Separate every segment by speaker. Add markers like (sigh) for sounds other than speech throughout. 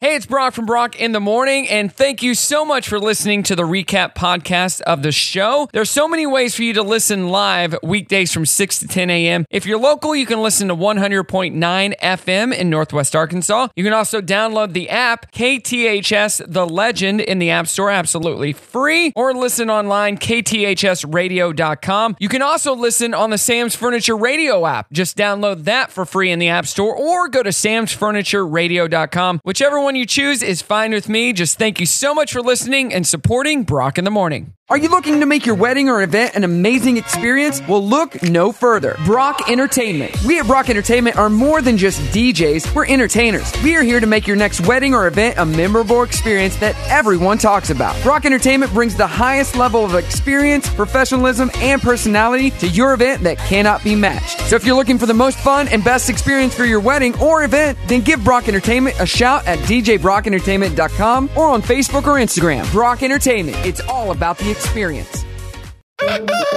Speaker 1: Hey, it's Brock from Brock in the Morning, and thank you so much for listening to the recap podcast of the show. There's so many ways for you to listen live weekdays from 6 to 10 a.m. If you're local, you can listen to 100.9 FM in Northwest Arkansas. You can also download the app KTHS The Legend in the App Store absolutely free, or listen online kthsradio.com. You can also listen on the Sam's Furniture Radio app. Just download that for free in the App Store, or go to samsfurnitureradio.com. Whichever one you choose is fine with me. Just thank you so much for listening and supporting Brock in the Morning.
Speaker 2: Are you looking to make your wedding or event an amazing experience? Well, look no further. Brock Entertainment. We at Brock Entertainment are more than just DJs, we're entertainers. We are here to make your next wedding or event a memorable experience that everyone talks about. Brock Entertainment brings the highest level of experience, professionalism, and personality to your event that cannot be matched. So if you're looking for the most fun and best experience for your wedding or event, then give Brock Entertainment a shout at djbrockentertainment.com or on Facebook or Instagram. Brock Entertainment. It's all about the experience.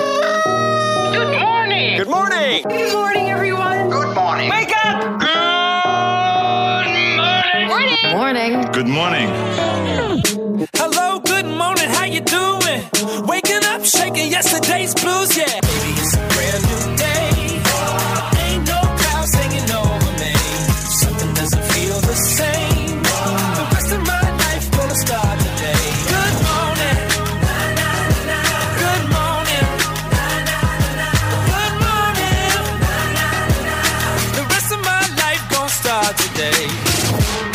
Speaker 3: Good morning. Good morning. Good morning, everyone. Good morning. Wake up. Good morning. Morning.
Speaker 4: Good morning.
Speaker 5: Hello, good morning, how you doing? Waking up, shaking yesterday's blues, yeah. Baby, it's a brand new day. Ain't no clouds hanging over me. Something doesn't feel the same. The rest of my life gonna start today. Good morning. Good morning. Good morning. The rest of my life gonna start today.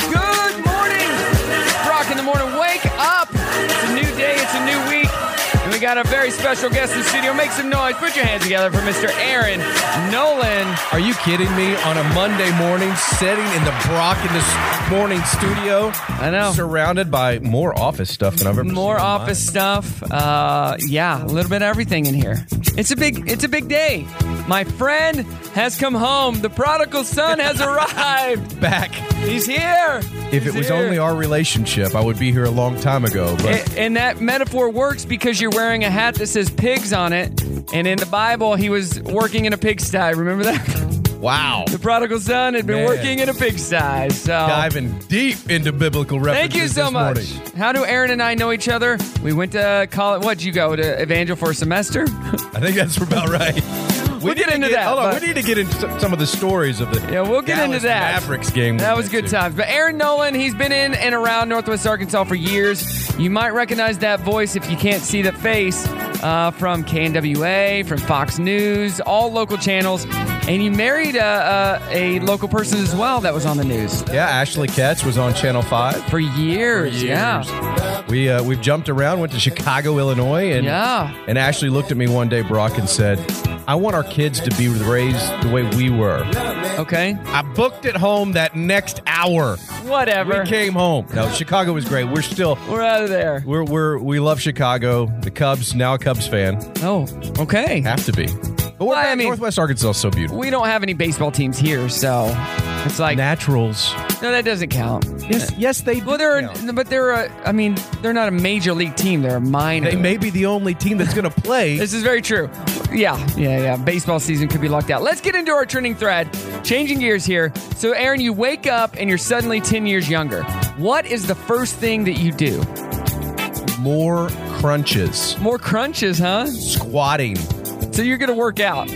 Speaker 1: Good morning. Brock in the Morning. Wake up. It's a new day, it's a new week, and we got a very special guest in the studio. Make some noise. Put your hands together for Mr. Aaron Nolan.
Speaker 6: Are you kidding me? On a Monday morning, sitting in the Brock in this morning studio.
Speaker 1: I know.
Speaker 6: Surrounded by more office stuff than I've ever
Speaker 1: More
Speaker 6: seen in my
Speaker 1: office stuff. Uh, yeah, a little bit of everything in here. It's a big it's a big day. My friend has come home. The prodigal son has (laughs) arrived.
Speaker 6: Back.
Speaker 1: He's here.
Speaker 6: If it was only our relationship, I would be here a long time ago. But
Speaker 1: A- and that metaphor works because you're wearing a hat that says pigs on it. And in the Bible, he was working in a pigsty. Remember that? (laughs)
Speaker 6: wow.
Speaker 1: The prodigal son had been
Speaker 6: Man.
Speaker 1: working in a pigsty. So
Speaker 6: Diving deep into biblical references
Speaker 1: thank you so
Speaker 6: this
Speaker 1: much.
Speaker 6: morning.
Speaker 1: How do Aaron and I know each other? We went to college. What'd you go to Evangel for a semester?
Speaker 6: I think that's about right. We
Speaker 1: We'll
Speaker 6: need
Speaker 1: get
Speaker 6: to
Speaker 1: into that,
Speaker 6: Hold on,
Speaker 1: but-
Speaker 6: we need to get into s- some of the stories of the
Speaker 1: Yeah, we'll get
Speaker 6: Dallas
Speaker 1: into that.
Speaker 6: Mavericks game. we
Speaker 1: That was
Speaker 6: went
Speaker 1: good
Speaker 6: to.
Speaker 1: times. But Aaron Nolan, he's been in and around Northwest Arkansas for years. You might recognize that voice if you can't see the face uh, from KNWA, from Fox News, all local channels. And you married a, a, a local person as well that was on the news
Speaker 6: Yeah, Ashley Katz was on Channel Five.
Speaker 1: for years.
Speaker 6: years.
Speaker 1: Yeah.
Speaker 6: We uh, we've jumped around, went to Chicago, Illinois, and
Speaker 1: Yeah.
Speaker 6: and Ashley looked at me one day, Brock, and said, "I want our kids to be raised the way we were."
Speaker 1: Okay.
Speaker 6: I booked it home that next hour.
Speaker 1: Whatever.
Speaker 6: We came home. No, Chicago was great. We're still
Speaker 1: We're out of there.
Speaker 6: we're we're we love Chicago. The Cubs now a Cubs fan
Speaker 1: Oh, okay.
Speaker 6: have to be. But we're
Speaker 1: Well, I
Speaker 6: back-
Speaker 1: mean-
Speaker 6: Northwest Arkansas is so beautiful.
Speaker 1: We don't have any baseball teams here, so it's like,
Speaker 6: Naturals.
Speaker 1: no, that doesn't count.
Speaker 6: Yes, yes, they.
Speaker 1: Well,
Speaker 6: do
Speaker 1: they're
Speaker 6: count.
Speaker 1: but they're a, I mean they're not a major league team. They're a minor.
Speaker 6: They may be the only team that's going to
Speaker 1: (laughs)
Speaker 6: play.
Speaker 1: This is very true. Yeah, yeah, yeah. Baseball season could be locked out. Let's get into our trending thread. Changing gears here. So, Aaron, you wake up and you're suddenly ten years younger. What is the first thing that you do?
Speaker 6: more crunches,
Speaker 1: More crunches, huh?
Speaker 6: squatting.
Speaker 1: So you're gonna work out.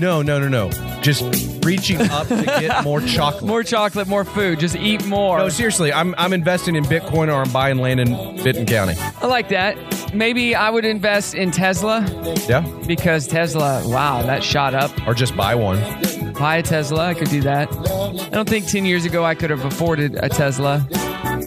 Speaker 6: No, no, no, no. Just reaching up to
Speaker 1: (laughs)
Speaker 6: get more chocolate.
Speaker 1: More chocolate, more food. Just eat more.
Speaker 6: no, seriously, I'm I'm investing in Bitcoin or I'm buying land in Benton County.
Speaker 1: I like that. Maybe I would invest in Tesla
Speaker 6: Yeah,
Speaker 1: because Tesla. Wow, that shot up.
Speaker 6: or just buy one.
Speaker 1: buy a Tesla. I could do that. I don't think 10 years ago I could have afforded a Tesla.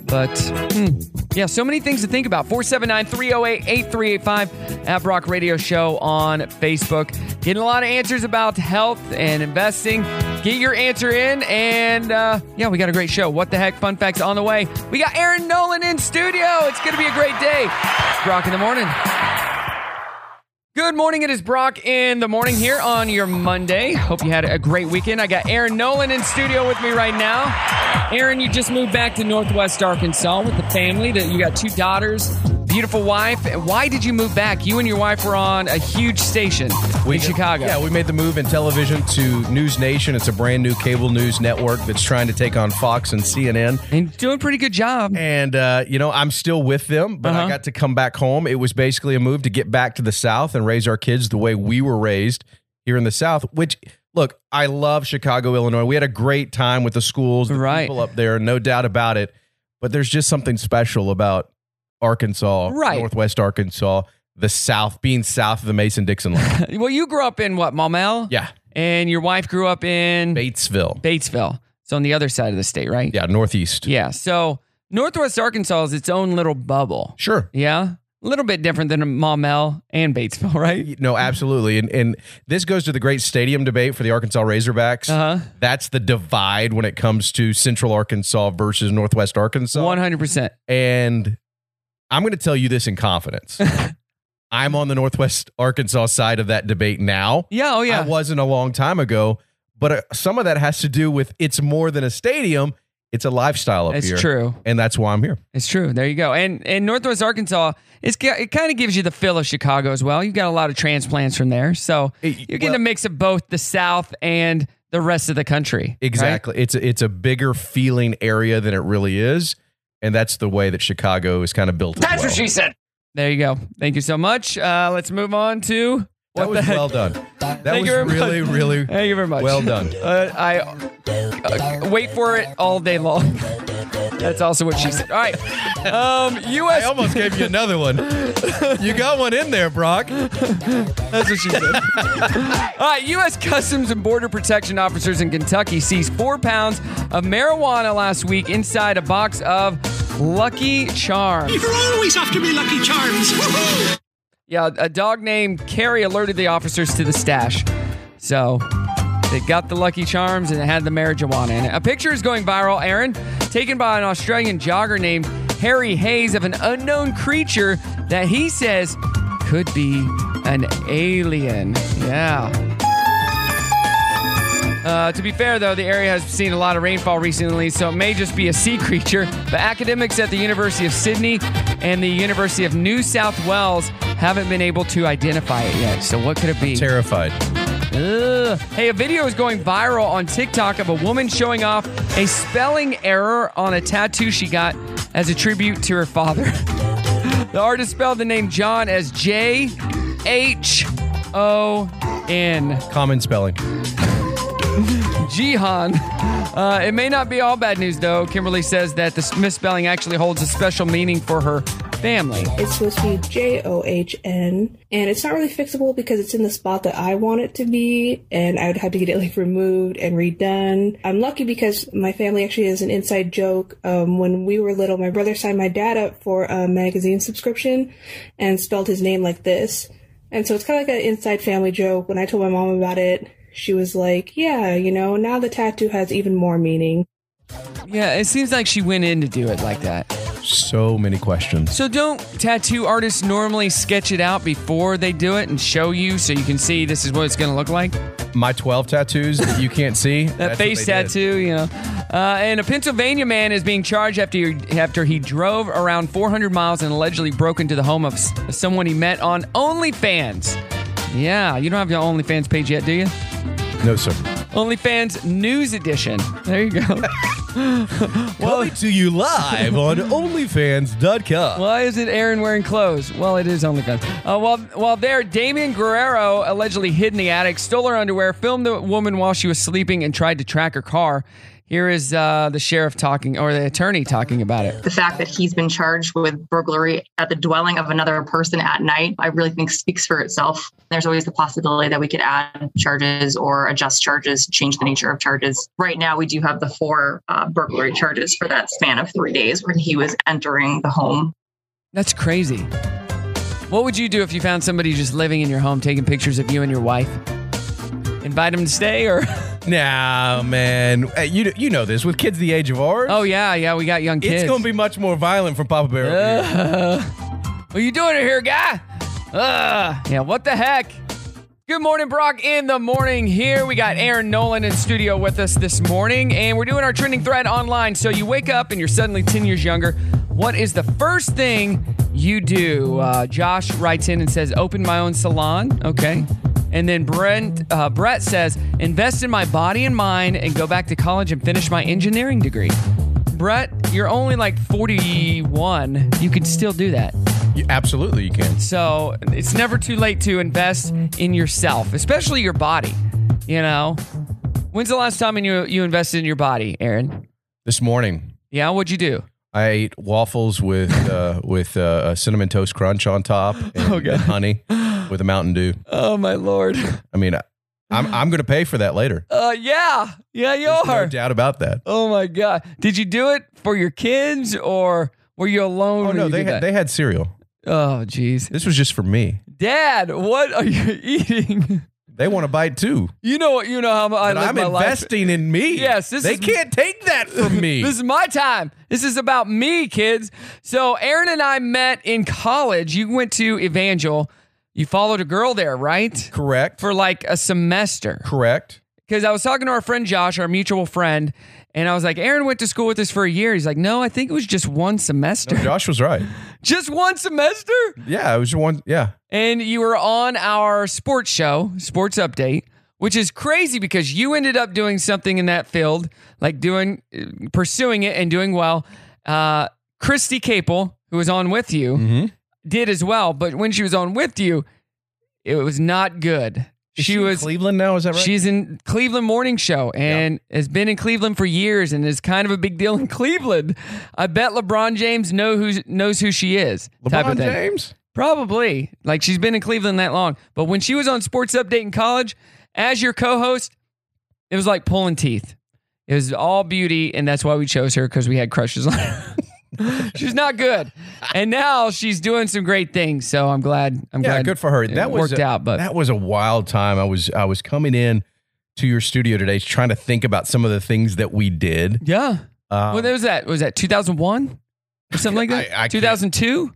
Speaker 1: But hmm. yeah, so many things to think about. 479 308 8385 at Brock Radio Show on Facebook. Getting a lot of answers about health and investing. Get your answer in. And uh, yeah, we got a great show. What the heck? Fun facts on the way. We got Aaron Nolan in studio. It's going to be a great day. It's Brock in the morning. Good morning. It is Brock in the morning here on your Monday. Hope you had a great weekend. I got Aaron Nolan in studio with me right now. Aaron, you just moved back to Northwest Arkansas with the family. That you got two daughters beautiful wife. Why did you move back? You and your wife were on a huge station in Chicago.
Speaker 6: Yeah, we made the move in television to News Nation. It's a brand new cable news network that's trying to take on Fox and CNN.
Speaker 1: and doing a pretty good job.
Speaker 6: And uh, you know, I'm still with them, but
Speaker 1: Uh-huh.
Speaker 6: I got to come back home. It was basically a move to get back to the South and raise our kids the way we were raised here in the South. Which, look, I love Chicago, Illinois. We had a great time with the schools, the
Speaker 1: Right.
Speaker 6: people up there, no doubt about it. But there's just something special about Arkansas,
Speaker 1: Right.
Speaker 6: Northwest Arkansas, the South, being south of the
Speaker 1: (laughs)
Speaker 6: Mason-Dixon line.
Speaker 1: Well, you grew up in what, Maumelle?
Speaker 6: yeah,
Speaker 1: And your wife grew up in
Speaker 6: Batesville.
Speaker 1: Batesville. It's on the other side of the state, right?
Speaker 6: Yeah, Northeast.
Speaker 1: Yeah. So Northwest Arkansas is its own little bubble.
Speaker 6: Sure.
Speaker 1: Yeah. A little bit different than Maumelle and Batesville, (laughs) right?
Speaker 6: No, absolutely. And and this goes to the great stadium debate for the Arkansas Razorbacks.
Speaker 1: Uh-huh.
Speaker 6: That's the divide when it comes to Central Arkansas versus Northwest Arkansas.
Speaker 1: 100%.
Speaker 6: And I'm going to tell you this
Speaker 1: (laughs)
Speaker 6: in confidence. I'm on the Northwest Arkansas side of that debate now.
Speaker 1: Yeah. Oh, yeah.
Speaker 6: I wasn't a long time ago, but uh, some of that has to do with it's more than a stadium, it's a lifestyle up
Speaker 1: It's
Speaker 6: here.
Speaker 1: true.
Speaker 6: And that's why I'm here.
Speaker 1: It's true. There you go. And and Northwest Arkansas, it's ki- it kind of gives you the feel of Chicago as well. You got a lot of transplants from there, so
Speaker 6: It-
Speaker 1: you're getting
Speaker 6: well-
Speaker 1: a mix of both the South and the rest of the country. right?
Speaker 6: Exactly. It's a, it's a bigger feeling area than it really is, and that's the way that Chicago is kind of built. That's what she said.
Speaker 1: There you go. Thank you so much. Uh, let's move on to
Speaker 6: That
Speaker 1: what
Speaker 6: was
Speaker 1: the heck.
Speaker 6: well done. That
Speaker 1: Thank
Speaker 6: was
Speaker 1: you very much.
Speaker 6: really really
Speaker 1: Thank you very much.
Speaker 6: well done.
Speaker 1: (laughs) Uh, I uh, wait for it all day long. (laughs) That's also what she said. All right. Um,
Speaker 6: I
Speaker 1: U.S.
Speaker 6: almost gave you another one. You got one in there, Brock.
Speaker 1: That's what she said. All right, U.S. Customs and Border Protection officers in Kentucky seized four pounds of marijuana last week inside a box of Lucky Charms.
Speaker 4: You're always after me, Lucky Charms. Woohoo!
Speaker 1: Yeah, a dog named Carrie alerted the officers to the stash. So they got the Lucky Charms and it had the marijuana in it. A picture is going viral, Aaron, taken by an Australian jogger named Harry Hayes of an unknown creature that he says could be an alien. Yeah. Uh, to be fair, though, the area has seen a lot of rainfall recently, so it may just be a sea (laughs) creature. But academics at the University of Sydney and the University of New South Wales haven't been able to identify it yet. So, what could it be?
Speaker 6: Terrified.
Speaker 1: Ugh. Hey, a video is going viral on TikTok of a woman showing off a spelling error on a tattoo she got as a tribute to her father. (laughs) the artist spelled the name John as J H O N.
Speaker 6: Common spelling.
Speaker 1: Jihan. Uh, it may not be all bad news, though. Kimberly says that the misspelling actually holds a special meaning for her family.
Speaker 7: It's supposed to be J O H N, and it's not really fixable because it's in the spot that I want it to be, and I would have to get it like removed and redone. I'm lucky because my family actually has an inside joke. Um, when we were little, my brother signed my dad up for a magazine subscription and spelled his name like this. And so it's kind of like an inside family joke. When I told my mom about it, she was like, Yeah, you know, now the tattoo has even more meaning.
Speaker 1: Yeah, it seems like she went in to do it like that.
Speaker 6: So many questions.
Speaker 1: So don't tattoo artists normally sketch it out before they do it and show you so you can see this is what it's going to look like?
Speaker 6: My 12 tattoos that you can't see.
Speaker 1: That face tattoo, you know. Uh, and a Pennsylvania man is being charged after he, after he drove around 400 miles and allegedly broke into the home of s- someone he met on OnlyFans. Yeah, you don't have your OnlyFans page yet, do you?
Speaker 6: No, sir.
Speaker 1: OnlyFans News Edition. There you go. (laughs)
Speaker 6: Coming to you live on OnlyFans.com.
Speaker 1: Why isn't Aaron wearing clothes? Well, it is OnlyFans. Uh, while, while there, Damian Guerrero allegedly hid in the attic, stole her underwear, filmed the woman while she was sleeping, and tried to track her car. Here is uh, the sheriff talking, or the attorney talking about it.
Speaker 8: the fact that he's been charged with burglary at the dwelling of another person at night, I really think speaks for itself. There's always the possibility that we could add charges or adjust charges, change the nature of charges. Right now, we do have the four uh, burglary charges for that span of three days when he was entering the home.
Speaker 1: That's crazy. What would you do if you found somebody just living in your home, taking pictures of you and your wife? Invite them to stay, or (laughs)
Speaker 6: Nah, man. Hey, you you know this with kids the age of ours.
Speaker 1: oh yeah, yeah, we got young kids.
Speaker 6: it's gonna be much more violent from Papa Bear. over here.
Speaker 1: What you doing here, guy? Ugh. Yeah, what the heck? Good morning, Brock. In the morning here, we got Aaron Nolan in studio with us this morning, and we're doing our trending thread online. So you wake up and you're suddenly 10 years younger. What is the first thing You do. Uh, Josh writes in and says, "Open my own salon." Okay. And then Brent, uh, Brett says, "Invest in my body and mind, and go back to college and finish my engineering degree." Brett, you're only like 41. You can still do that.
Speaker 6: You- absolutely, you can.
Speaker 1: So it's never too late to invest in yourself, especially your body. You know, when's the last time you you invested in your body, Aaron?
Speaker 6: This morning,
Speaker 1: Yeah, what'd you do?
Speaker 6: I ate waffles with uh, with uh, a cinnamon toast crunch on
Speaker 1: (laughs)
Speaker 6: top and, and honey with a Mountain Dew.
Speaker 1: Oh my lord.
Speaker 6: I mean, I, I'm I'm going to pay for that later.
Speaker 1: (laughs) Uh, yeah, yeah, you
Speaker 6: There's
Speaker 1: are.
Speaker 6: no doubt about that.
Speaker 1: oh my god, did you do it for your kids or were you alone?
Speaker 6: Oh
Speaker 1: when
Speaker 6: no,
Speaker 1: you
Speaker 6: they
Speaker 1: did
Speaker 6: had,
Speaker 1: that?
Speaker 6: they had cereal.
Speaker 1: Oh jeez,
Speaker 6: This was just for me.
Speaker 1: Dad, what are you (laughs) eating?
Speaker 6: They want to bite too.
Speaker 1: You know, you know how I
Speaker 6: But
Speaker 1: live
Speaker 6: I'm
Speaker 1: my life.
Speaker 6: investing in me.
Speaker 1: Yes, this
Speaker 6: they
Speaker 1: is-
Speaker 6: can't take that from me.
Speaker 1: (laughs) This is my time. This is about me, kids. So Aaron and I met in college. You went to Evangel. You followed a girl there, right?
Speaker 6: correct.
Speaker 1: For like a semester.
Speaker 6: correct.
Speaker 1: Because I was talking to our friend Josh, our mutual friend, and I was like, Aaron went to school with us for a year. He's like, no, I think it was just one semester.
Speaker 6: Josh was right.
Speaker 1: (laughs) just one semester?
Speaker 6: Yeah, it was one. Yeah,
Speaker 1: And you were on our sports show, Sports Update, which is crazy because you ended up doing something in that field, like doing, uh, pursuing it and doing well. Uh, Christy Capel, who was on with you,
Speaker 6: Mm-hmm.
Speaker 1: did as well. But when she was on with you, it was not good.
Speaker 6: Is
Speaker 1: she
Speaker 6: in
Speaker 1: was
Speaker 6: Cleveland now. Is that right?
Speaker 1: She's in Cleveland morning show and has been in Cleveland for years and is kind of a big deal in (laughs) Cleveland. I bet LeBron James know who's, knows who she is. type
Speaker 6: LeBron
Speaker 1: of thing.
Speaker 6: James.
Speaker 1: Probably. Like she's been in Cleveland that long. But when she was on Sports Update in college, as your co host, it was like pulling teeth. It was all beauty. And that's why we chose her because we had crushes on her. (laughs) she's not good. And now she's doing some great things. So I'm glad. I'm
Speaker 6: Yeah,
Speaker 1: glad
Speaker 6: good for her.
Speaker 1: It
Speaker 6: That was
Speaker 1: worked
Speaker 6: a-
Speaker 1: out. But
Speaker 6: that was a wild time. I was I was coming in to your studio today, trying to think about some of the things that we did.
Speaker 1: yeah.
Speaker 6: Um,
Speaker 1: what was that? Was that 2001 or something like
Speaker 6: I- I
Speaker 1: that?
Speaker 6: can't-
Speaker 1: 2002?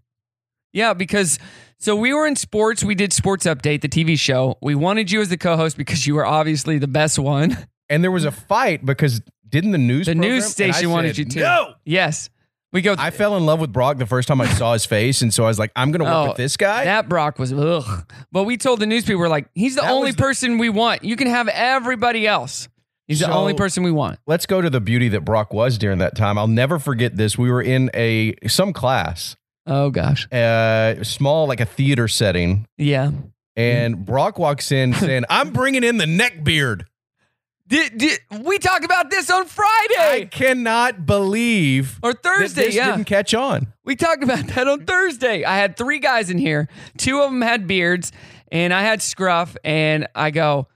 Speaker 1: Yeah, because so we were in sports. We did Sports Update, the TV show. We wanted you as the co host because you were obviously the best one.
Speaker 6: and there was a fight because didn't the news
Speaker 1: The
Speaker 6: program-
Speaker 1: news
Speaker 6: and I
Speaker 1: station wanted
Speaker 6: said,
Speaker 1: you to.
Speaker 6: No,
Speaker 1: Yes. We go.
Speaker 6: I fell in love with Brock the first time I saw his face, and so I was like, I'm going to work
Speaker 1: Oh,
Speaker 6: with this guy.
Speaker 1: that Brock was ugh. But we told the newspaper, we're like, he's the
Speaker 6: That
Speaker 1: only
Speaker 6: was the-
Speaker 1: person we want. You can have everybody else. He's the
Speaker 6: So-
Speaker 1: only person we want.
Speaker 6: Let's go to the beauty that Brock was during that time. I'll never forget this. We were in a some class,
Speaker 1: Oh gosh.
Speaker 6: uh, small like a theater setting,
Speaker 1: Yeah.
Speaker 6: and
Speaker 1: Mm-hmm.
Speaker 6: Brock walks in
Speaker 1: (laughs)
Speaker 6: saying, "I'm bringing in the neck beard."
Speaker 1: Did, did we talked about this on
Speaker 6: I
Speaker 1: Friday
Speaker 6: cannot believe
Speaker 1: or
Speaker 6: that
Speaker 1: Thursday?
Speaker 6: this
Speaker 1: Yeah.
Speaker 6: didn't catch on.
Speaker 1: We talked about (laughs) that on Thursday. I had three guys in here. Two of them had beards, and I had scruff. And I go,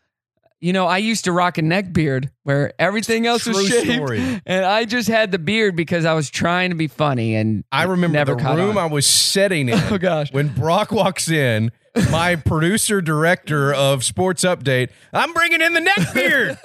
Speaker 1: you know, I used to rock a neck beard where everything else was
Speaker 6: True
Speaker 1: shaved,
Speaker 6: story.
Speaker 1: (laughs) and I just had the beard because I was trying to be funny. And
Speaker 6: I remember
Speaker 1: never
Speaker 6: the
Speaker 1: caught
Speaker 6: room
Speaker 1: on.
Speaker 6: I
Speaker 1: (laughs)
Speaker 6: was sitting in.
Speaker 1: Oh, gosh.
Speaker 6: When Brock walks in,
Speaker 1: (laughs)
Speaker 6: my producer director of Sports Update, I'm bringing in
Speaker 1: (laughs)
Speaker 6: the neck beard.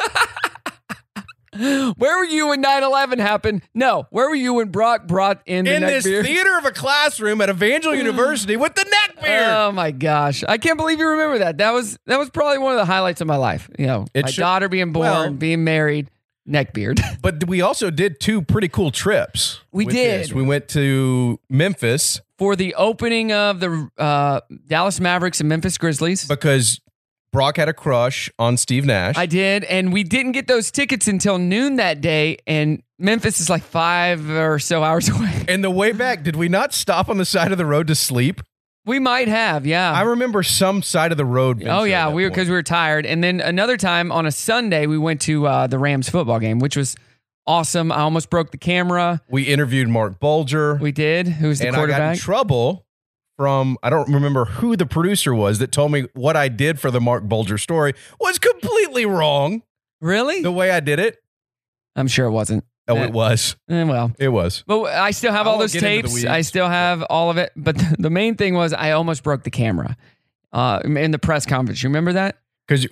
Speaker 1: where were you when 9-11 happened? No, where were you when Brock brought in the
Speaker 6: in
Speaker 1: neck
Speaker 6: this
Speaker 1: beard?
Speaker 6: theater of a classroom at
Speaker 1: (sighs)
Speaker 6: Evangel University with the neck beard.
Speaker 1: Oh my gosh! I can't believe you remember that. That was that was probably one of the highlights of my life. You know,
Speaker 6: It
Speaker 1: my
Speaker 6: should-
Speaker 1: daughter being born,
Speaker 6: well-
Speaker 1: being married, neck beard. (laughs)
Speaker 6: but we also did two pretty cool trips.
Speaker 1: We
Speaker 6: with
Speaker 1: did.
Speaker 6: this. We went to Memphis
Speaker 1: for the opening of the uh, Dallas Mavericks and Memphis Grizzlies.
Speaker 6: because Brock had a crush on Steve Nash.
Speaker 1: I did, and we didn't get those tickets until noon that day, and Memphis is like five or so hours (laughs) away.
Speaker 6: and the way back, did we not stop on the side of the road to sleep?
Speaker 1: We might have, yeah.
Speaker 6: I remember some side of the road. being
Speaker 1: Uh-huh. oh
Speaker 6: shut
Speaker 1: yeah,
Speaker 6: at
Speaker 1: we were
Speaker 6: that
Speaker 1: because we were tired, and then another time on a Sunday we went to uh, the Rams football game, which was awesome. I almost broke the camera.
Speaker 6: point. we interviewed Mark Bulger.
Speaker 1: We did. Who's the
Speaker 6: and I got in
Speaker 1: quarterback?
Speaker 6: trouble from I don't remember who the producer was that told me what I did for the Mark Bulger story was completely wrong.
Speaker 1: really?
Speaker 6: The way I did it.
Speaker 1: I'm sure it wasn't.
Speaker 6: Oh,
Speaker 1: Yeah.
Speaker 6: it was.
Speaker 1: Eh, well,
Speaker 6: It was.
Speaker 1: But I still have
Speaker 6: I
Speaker 1: all those
Speaker 6: won't get into the
Speaker 1: tapes.
Speaker 6: weeds.
Speaker 1: I still have all of it. But (laughs) the, the main thing was I almost broke the camera uh, in the press conference. You remember that?
Speaker 6: Because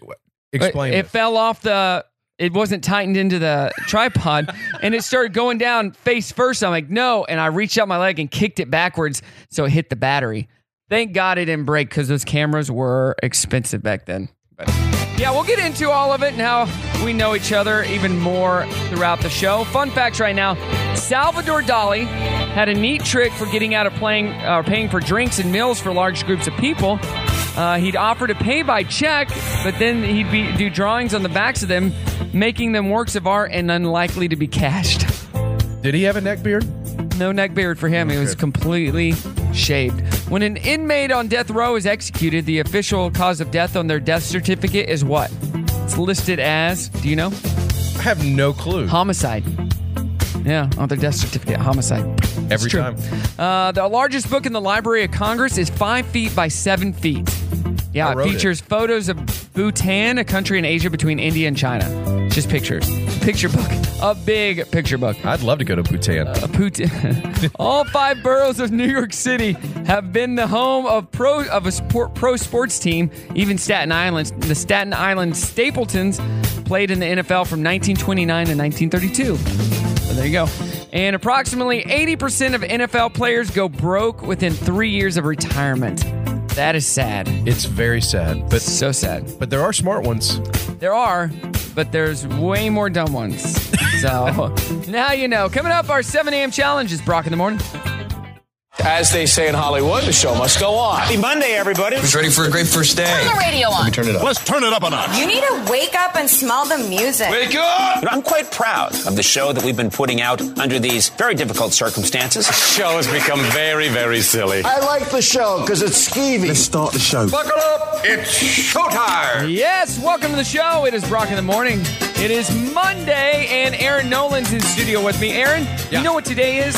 Speaker 6: explain
Speaker 1: It,
Speaker 6: it.
Speaker 1: it fell off the. It wasn't tightened into the tripod, and it started going down face first. I'm like, no, and I reached out my leg and kicked it backwards, so it hit the battery. Thank God it didn't break because those cameras were expensive back then. But Yeah, we'll get into all of it and how we know each other even more throughout the show. Fun facts right now Salvador Dali had a neat trick for getting out of playing, uh, paying for drinks and meals for large groups of people. Uh, he'd offer to pay by check, but then he'd be, do drawings on the backs of them, making them works of art and unlikely to be cashed. (laughs)
Speaker 6: Did he have a neck beard?
Speaker 1: No neck beard for him. He was completely shaved. When an inmate on death row is executed, the official cause of death on their death certificate is what? It's listed as, do you know?
Speaker 6: I have no clue.
Speaker 1: Homicide. Yeah, on their death certificate, homicide.
Speaker 6: Every
Speaker 1: true.
Speaker 6: time.
Speaker 1: Uh, the largest book in the Library of Congress is five feet by seven feet. Yeah,
Speaker 6: I
Speaker 1: it
Speaker 6: wrote it.
Speaker 1: features photos of Bhutan, a country in Asia between India and China. Just pictures. Picture book. A big picture book.
Speaker 6: I'd love to go to Bhutan.
Speaker 1: A Putin. (laughs) All five boroughs of New York City have been the home of pro of a sport, pro sports team. Even Staten Island, the Staten Island Stapletons, played in the NFL from 1929 to 1932. So there you go. And approximately 80% of NFL players go broke within three years of retirement. That is sad.
Speaker 6: it's very sad, but
Speaker 1: So sad.
Speaker 6: but there are smart ones.
Speaker 1: There are, but there's way more dumb ones. (laughs) So now you know. Coming up, our 7 a.m. challenge is Brock in the morning.
Speaker 9: As they say in Hollywood, the show must go on. Happy Monday, everybody. Who's ready for a great first day?
Speaker 10: Turn the radio on.
Speaker 9: Turn it up.
Speaker 4: Let's turn it up a notch.
Speaker 10: You need to wake up and smell the music.
Speaker 9: Wake up!
Speaker 11: But I'm quite proud of the show that we've been putting out under these very difficult circumstances.
Speaker 9: The show has become very, very silly.
Speaker 12: I like the show because it's skeevy. Let's start the show.
Speaker 9: Buckle up! It's showtime!
Speaker 1: Yes, welcome to the show. It is Brock in the morning. It is Monday, and Aaron Nolan's in studio with me. Aaron,
Speaker 6: Yeah.
Speaker 1: you know what today is?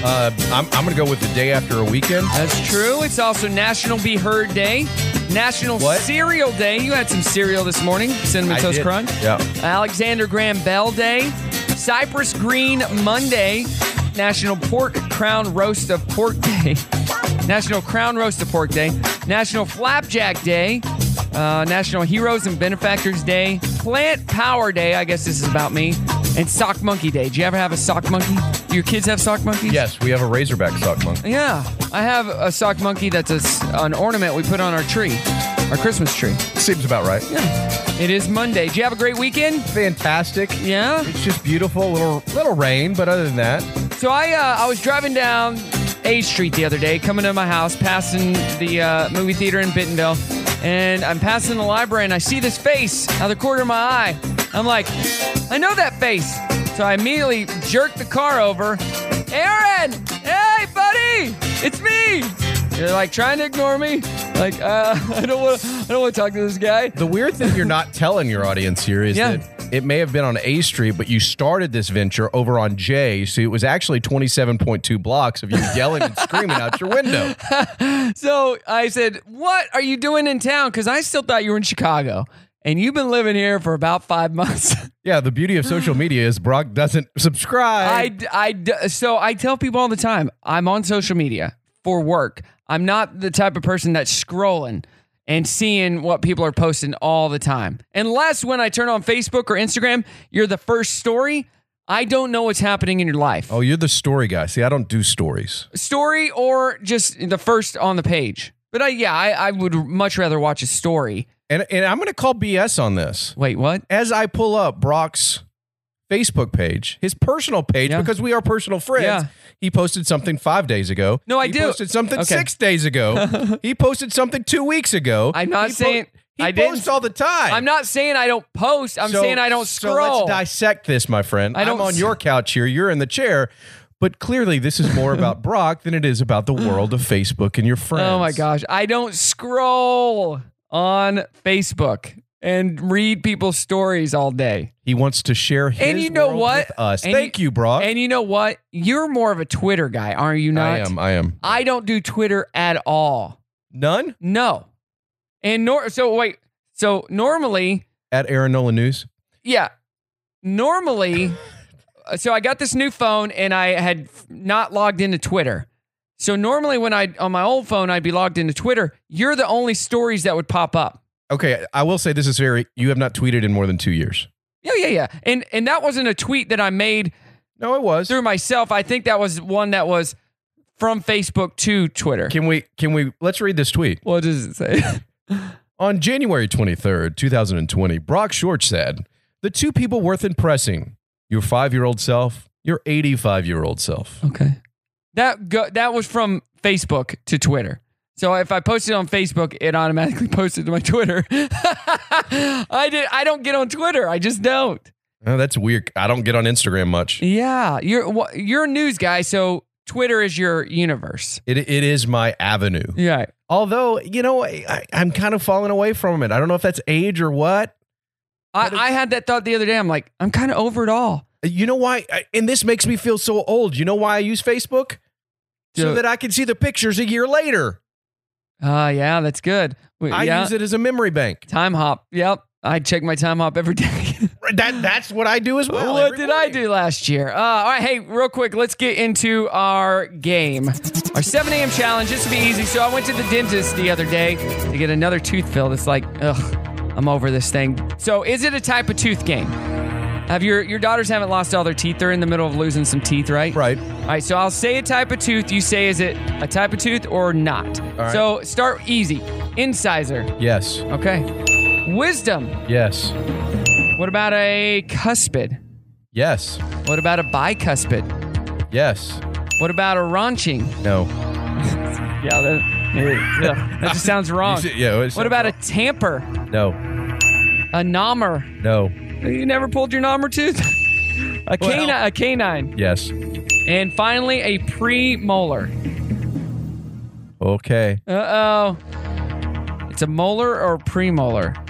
Speaker 6: Uh, I'm, I'm going to go with the day after a weekend.
Speaker 1: That's true. It's also National Be Heard Day, National
Speaker 6: What?
Speaker 1: Cereal Day. You had some cereal this morning, Cinnamon
Speaker 6: I
Speaker 1: Toast
Speaker 6: did.
Speaker 1: Crunch.
Speaker 6: Yeah.
Speaker 1: Alexander Graham Bell Day, Cypress Green Monday, National Pork Crown Roast of Pork Day, (laughs) National Crown Roast of Pork Day, National Flapjack Day, uh, National Heroes and Benefactors Day, Plant Power Day. I guess this is about me. And Sock Monkey Day. Do you ever have a sock monkey? Do your kids have sock monkeys?
Speaker 6: Yes, we have a Razorback sock monk.
Speaker 1: Yeah, I have a sock monkey that's a s an ornament we put on our tree, our Christmas tree.
Speaker 6: Seems about right.
Speaker 1: It is Monday. Did you have a great weekend?
Speaker 6: Fantastic.
Speaker 1: Yeah.
Speaker 6: It's just beautiful. Little little rain, but other than that,
Speaker 1: So I uh, I was driving down A Street the other day, coming to my house, passing the uh, movie theater in Bentonville, and I'm passing the library, and I see this face out of the corner of my eye. I'm like, I know that face. So I immediately jerk the car over. Aaron, hey buddy, it's me. They're like trying to ignore me. Like uh, (laughs) I don't want I don't want to talk to this guy.
Speaker 6: the weird thing you're not telling your audience here is
Speaker 1: Yeah.
Speaker 6: that it may have been on A Street, but you started this venture over on J, so it was actually 27.2 blocks of you yelling and screaming out your window.
Speaker 1: So I said, What are you doing in town? Because I still thought you were in Chicago. And you've been living here for about five (laughs) months.
Speaker 6: Yeah, the beauty of social media is Brock doesn't
Speaker 1: I,
Speaker 6: subscribe.
Speaker 1: d- I d- so I tell people all the time, I'm on social media for work. I'm not the type of person that's scrolling and seeing what people are posting all the time. Unless when I turn on Facebook or Instagram, you're the first story. I don't know what's happening in your life.
Speaker 6: oh, you're the story guy. See, I don't do stories.
Speaker 1: story or just the first on the page. But I, yeah, I, I would much rather watch a story.
Speaker 6: And and I'm going to call BS on this.
Speaker 1: Wait, what?
Speaker 6: as I pull up Brock's Facebook page, his personal page,
Speaker 1: Yeah.
Speaker 6: because we are personal friends,
Speaker 1: Yeah.
Speaker 6: he posted something five days ago.
Speaker 1: No, I
Speaker 6: he
Speaker 1: do.
Speaker 6: posted something
Speaker 1: Okay.
Speaker 6: six
Speaker 1: (laughs)
Speaker 6: days ago. he posted something two weeks ago.
Speaker 1: I'm not
Speaker 6: He
Speaker 1: saying-
Speaker 6: he
Speaker 1: I didn't-
Speaker 6: posts all the time.
Speaker 1: I'm not saying I don't post. I'm
Speaker 6: So-
Speaker 1: saying I don't
Speaker 6: So
Speaker 1: scroll.
Speaker 6: let's dissect this, my friend.
Speaker 1: I
Speaker 6: I
Speaker 1: don't
Speaker 6: am on
Speaker 1: s-
Speaker 6: your couch here. You're in the chair. But clearly, this
Speaker 1: (laughs)
Speaker 6: is more about Brock than it is about the world of Facebook and your friends.
Speaker 1: Oh my gosh. I don't scroll on Facebook and read people's stories all day.
Speaker 6: He wants to share his
Speaker 1: and you know
Speaker 6: world
Speaker 1: what?
Speaker 6: with us.
Speaker 1: And
Speaker 6: Thank you, Brock.
Speaker 1: And you know what? You're more of a Twitter guy, are you not?
Speaker 6: I am. I am.
Speaker 1: I don't do Twitter at all.
Speaker 6: None
Speaker 1: No. And nor so wait. So normally,
Speaker 6: at Aaron Nolan News.
Speaker 1: yeah.
Speaker 6: (laughs)
Speaker 1: Normally, so I got this new phone and I had not logged into Twitter. So normally when I on my old phone I'd be logged into Twitter, you're the only stories that would pop up.
Speaker 6: Okay, I will say this is very. You have not tweeted in more than two years.
Speaker 1: Yeah, yeah, yeah. And and that wasn't a tweet that I made
Speaker 6: No, it was.
Speaker 1: through myself. I think that was one that was from Facebook to Twitter.
Speaker 6: Can we? Can we? Let's read this tweet.
Speaker 1: What does it say? (laughs)
Speaker 6: On January 23rd, 2020, Brock Short said, The two people worth impressing your five year old self, your 85 year old self.
Speaker 1: Okay. That go, that was from Facebook to Twitter. So if I posted on Facebook, it automatically (laughs) posted to my Twitter. I did. I don't get on Twitter. I just don't.
Speaker 6: Oh, that's weird. I don't get on Instagram much.
Speaker 1: Yeah, you're wha- you're a news guy, so Twitter is your universe.
Speaker 6: It, it is my avenue.
Speaker 1: Yeah.
Speaker 6: Although, you know, I, I- I'm kind of falling away from it. I don't know if that's age or what.
Speaker 1: I, I had that thought the other day. I'm like, I'm kind of over it all.
Speaker 6: You know why? I- And this makes me feel so old. You know why I use Facebook? So
Speaker 1: Yeah.
Speaker 6: that I can see the pictures a year later.
Speaker 1: Ah, yeah, that's good. We-
Speaker 6: I
Speaker 1: yeah.
Speaker 6: use it as a memory bank.
Speaker 1: Time hop. Yep. I check my time hop every day. (laughs)
Speaker 6: That that's what I do as well.
Speaker 1: what did I do last year? Uh, all right, hey, real quick, let's get into our game. Our 7 a.m. challenge, just to be easy. So I went to the dentist the other day to get another tooth filled. It's like, ugh, I'm over this thing. So is it a type of tooth game? Have your your daughters haven't lost all their teeth? They're in the middle of losing some teeth, right?
Speaker 6: Right.
Speaker 1: All right. So I'll say a type of tooth. You say is it a type of tooth or not?
Speaker 6: right.
Speaker 1: So start easy. Incisor.
Speaker 6: Yes.
Speaker 1: Okay. Wisdom.
Speaker 6: Yes.
Speaker 1: What about a cuspid?
Speaker 6: Yes.
Speaker 1: What about a bicuspid?
Speaker 6: Yes.
Speaker 1: What about a raunching?
Speaker 6: No.
Speaker 1: yeah, that, yeah, that just (laughs) sounds wrong.
Speaker 6: (laughs) You said- yeah, it
Speaker 1: what
Speaker 6: sounds
Speaker 1: about a tamper?
Speaker 6: No.
Speaker 1: A nommer?
Speaker 6: No.
Speaker 1: You never pulled your nommer tooth? a, canine, a canine.
Speaker 6: Yes.
Speaker 1: And finally, a premolar.
Speaker 6: Okay.
Speaker 1: Uh oh. It's a molar or premolar?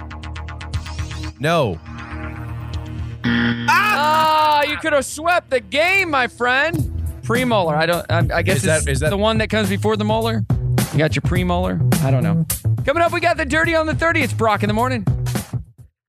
Speaker 6: No.
Speaker 1: Ah, you could have swept the game, my friend. Premolar. I don't. I, I guess
Speaker 6: Is
Speaker 1: it's
Speaker 6: that- is that-
Speaker 1: the one that comes before the molar. You got your premolar. I don't know. Coming up, we got the dirty on the thirty. It's Brock in the morning.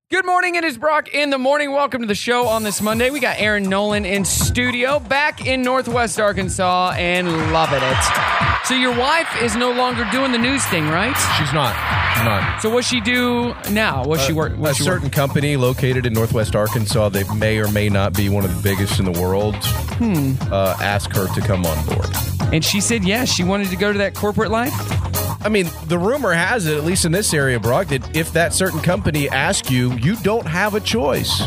Speaker 1: Good morning. It is Brock in the morning. Welcome to the show on this Monday. We got Aaron Nolan in studio back in Northwest Arkansas and loving it. So your wife is no longer doing the news thing, right?
Speaker 6: She's not. She's not.
Speaker 1: So what she do now? What she work? What
Speaker 6: Uh, a
Speaker 1: she
Speaker 6: certain company located in Northwest Arkansas that may or may not be one of the biggest in the world
Speaker 1: work? Hmm.
Speaker 6: uh, asked her to come on board.
Speaker 1: And she said yes. She wanted to go to that corporate life.
Speaker 6: I mean, the rumor has it, at least in this area, Brock, that if that certain company asks you, you don't have a choice.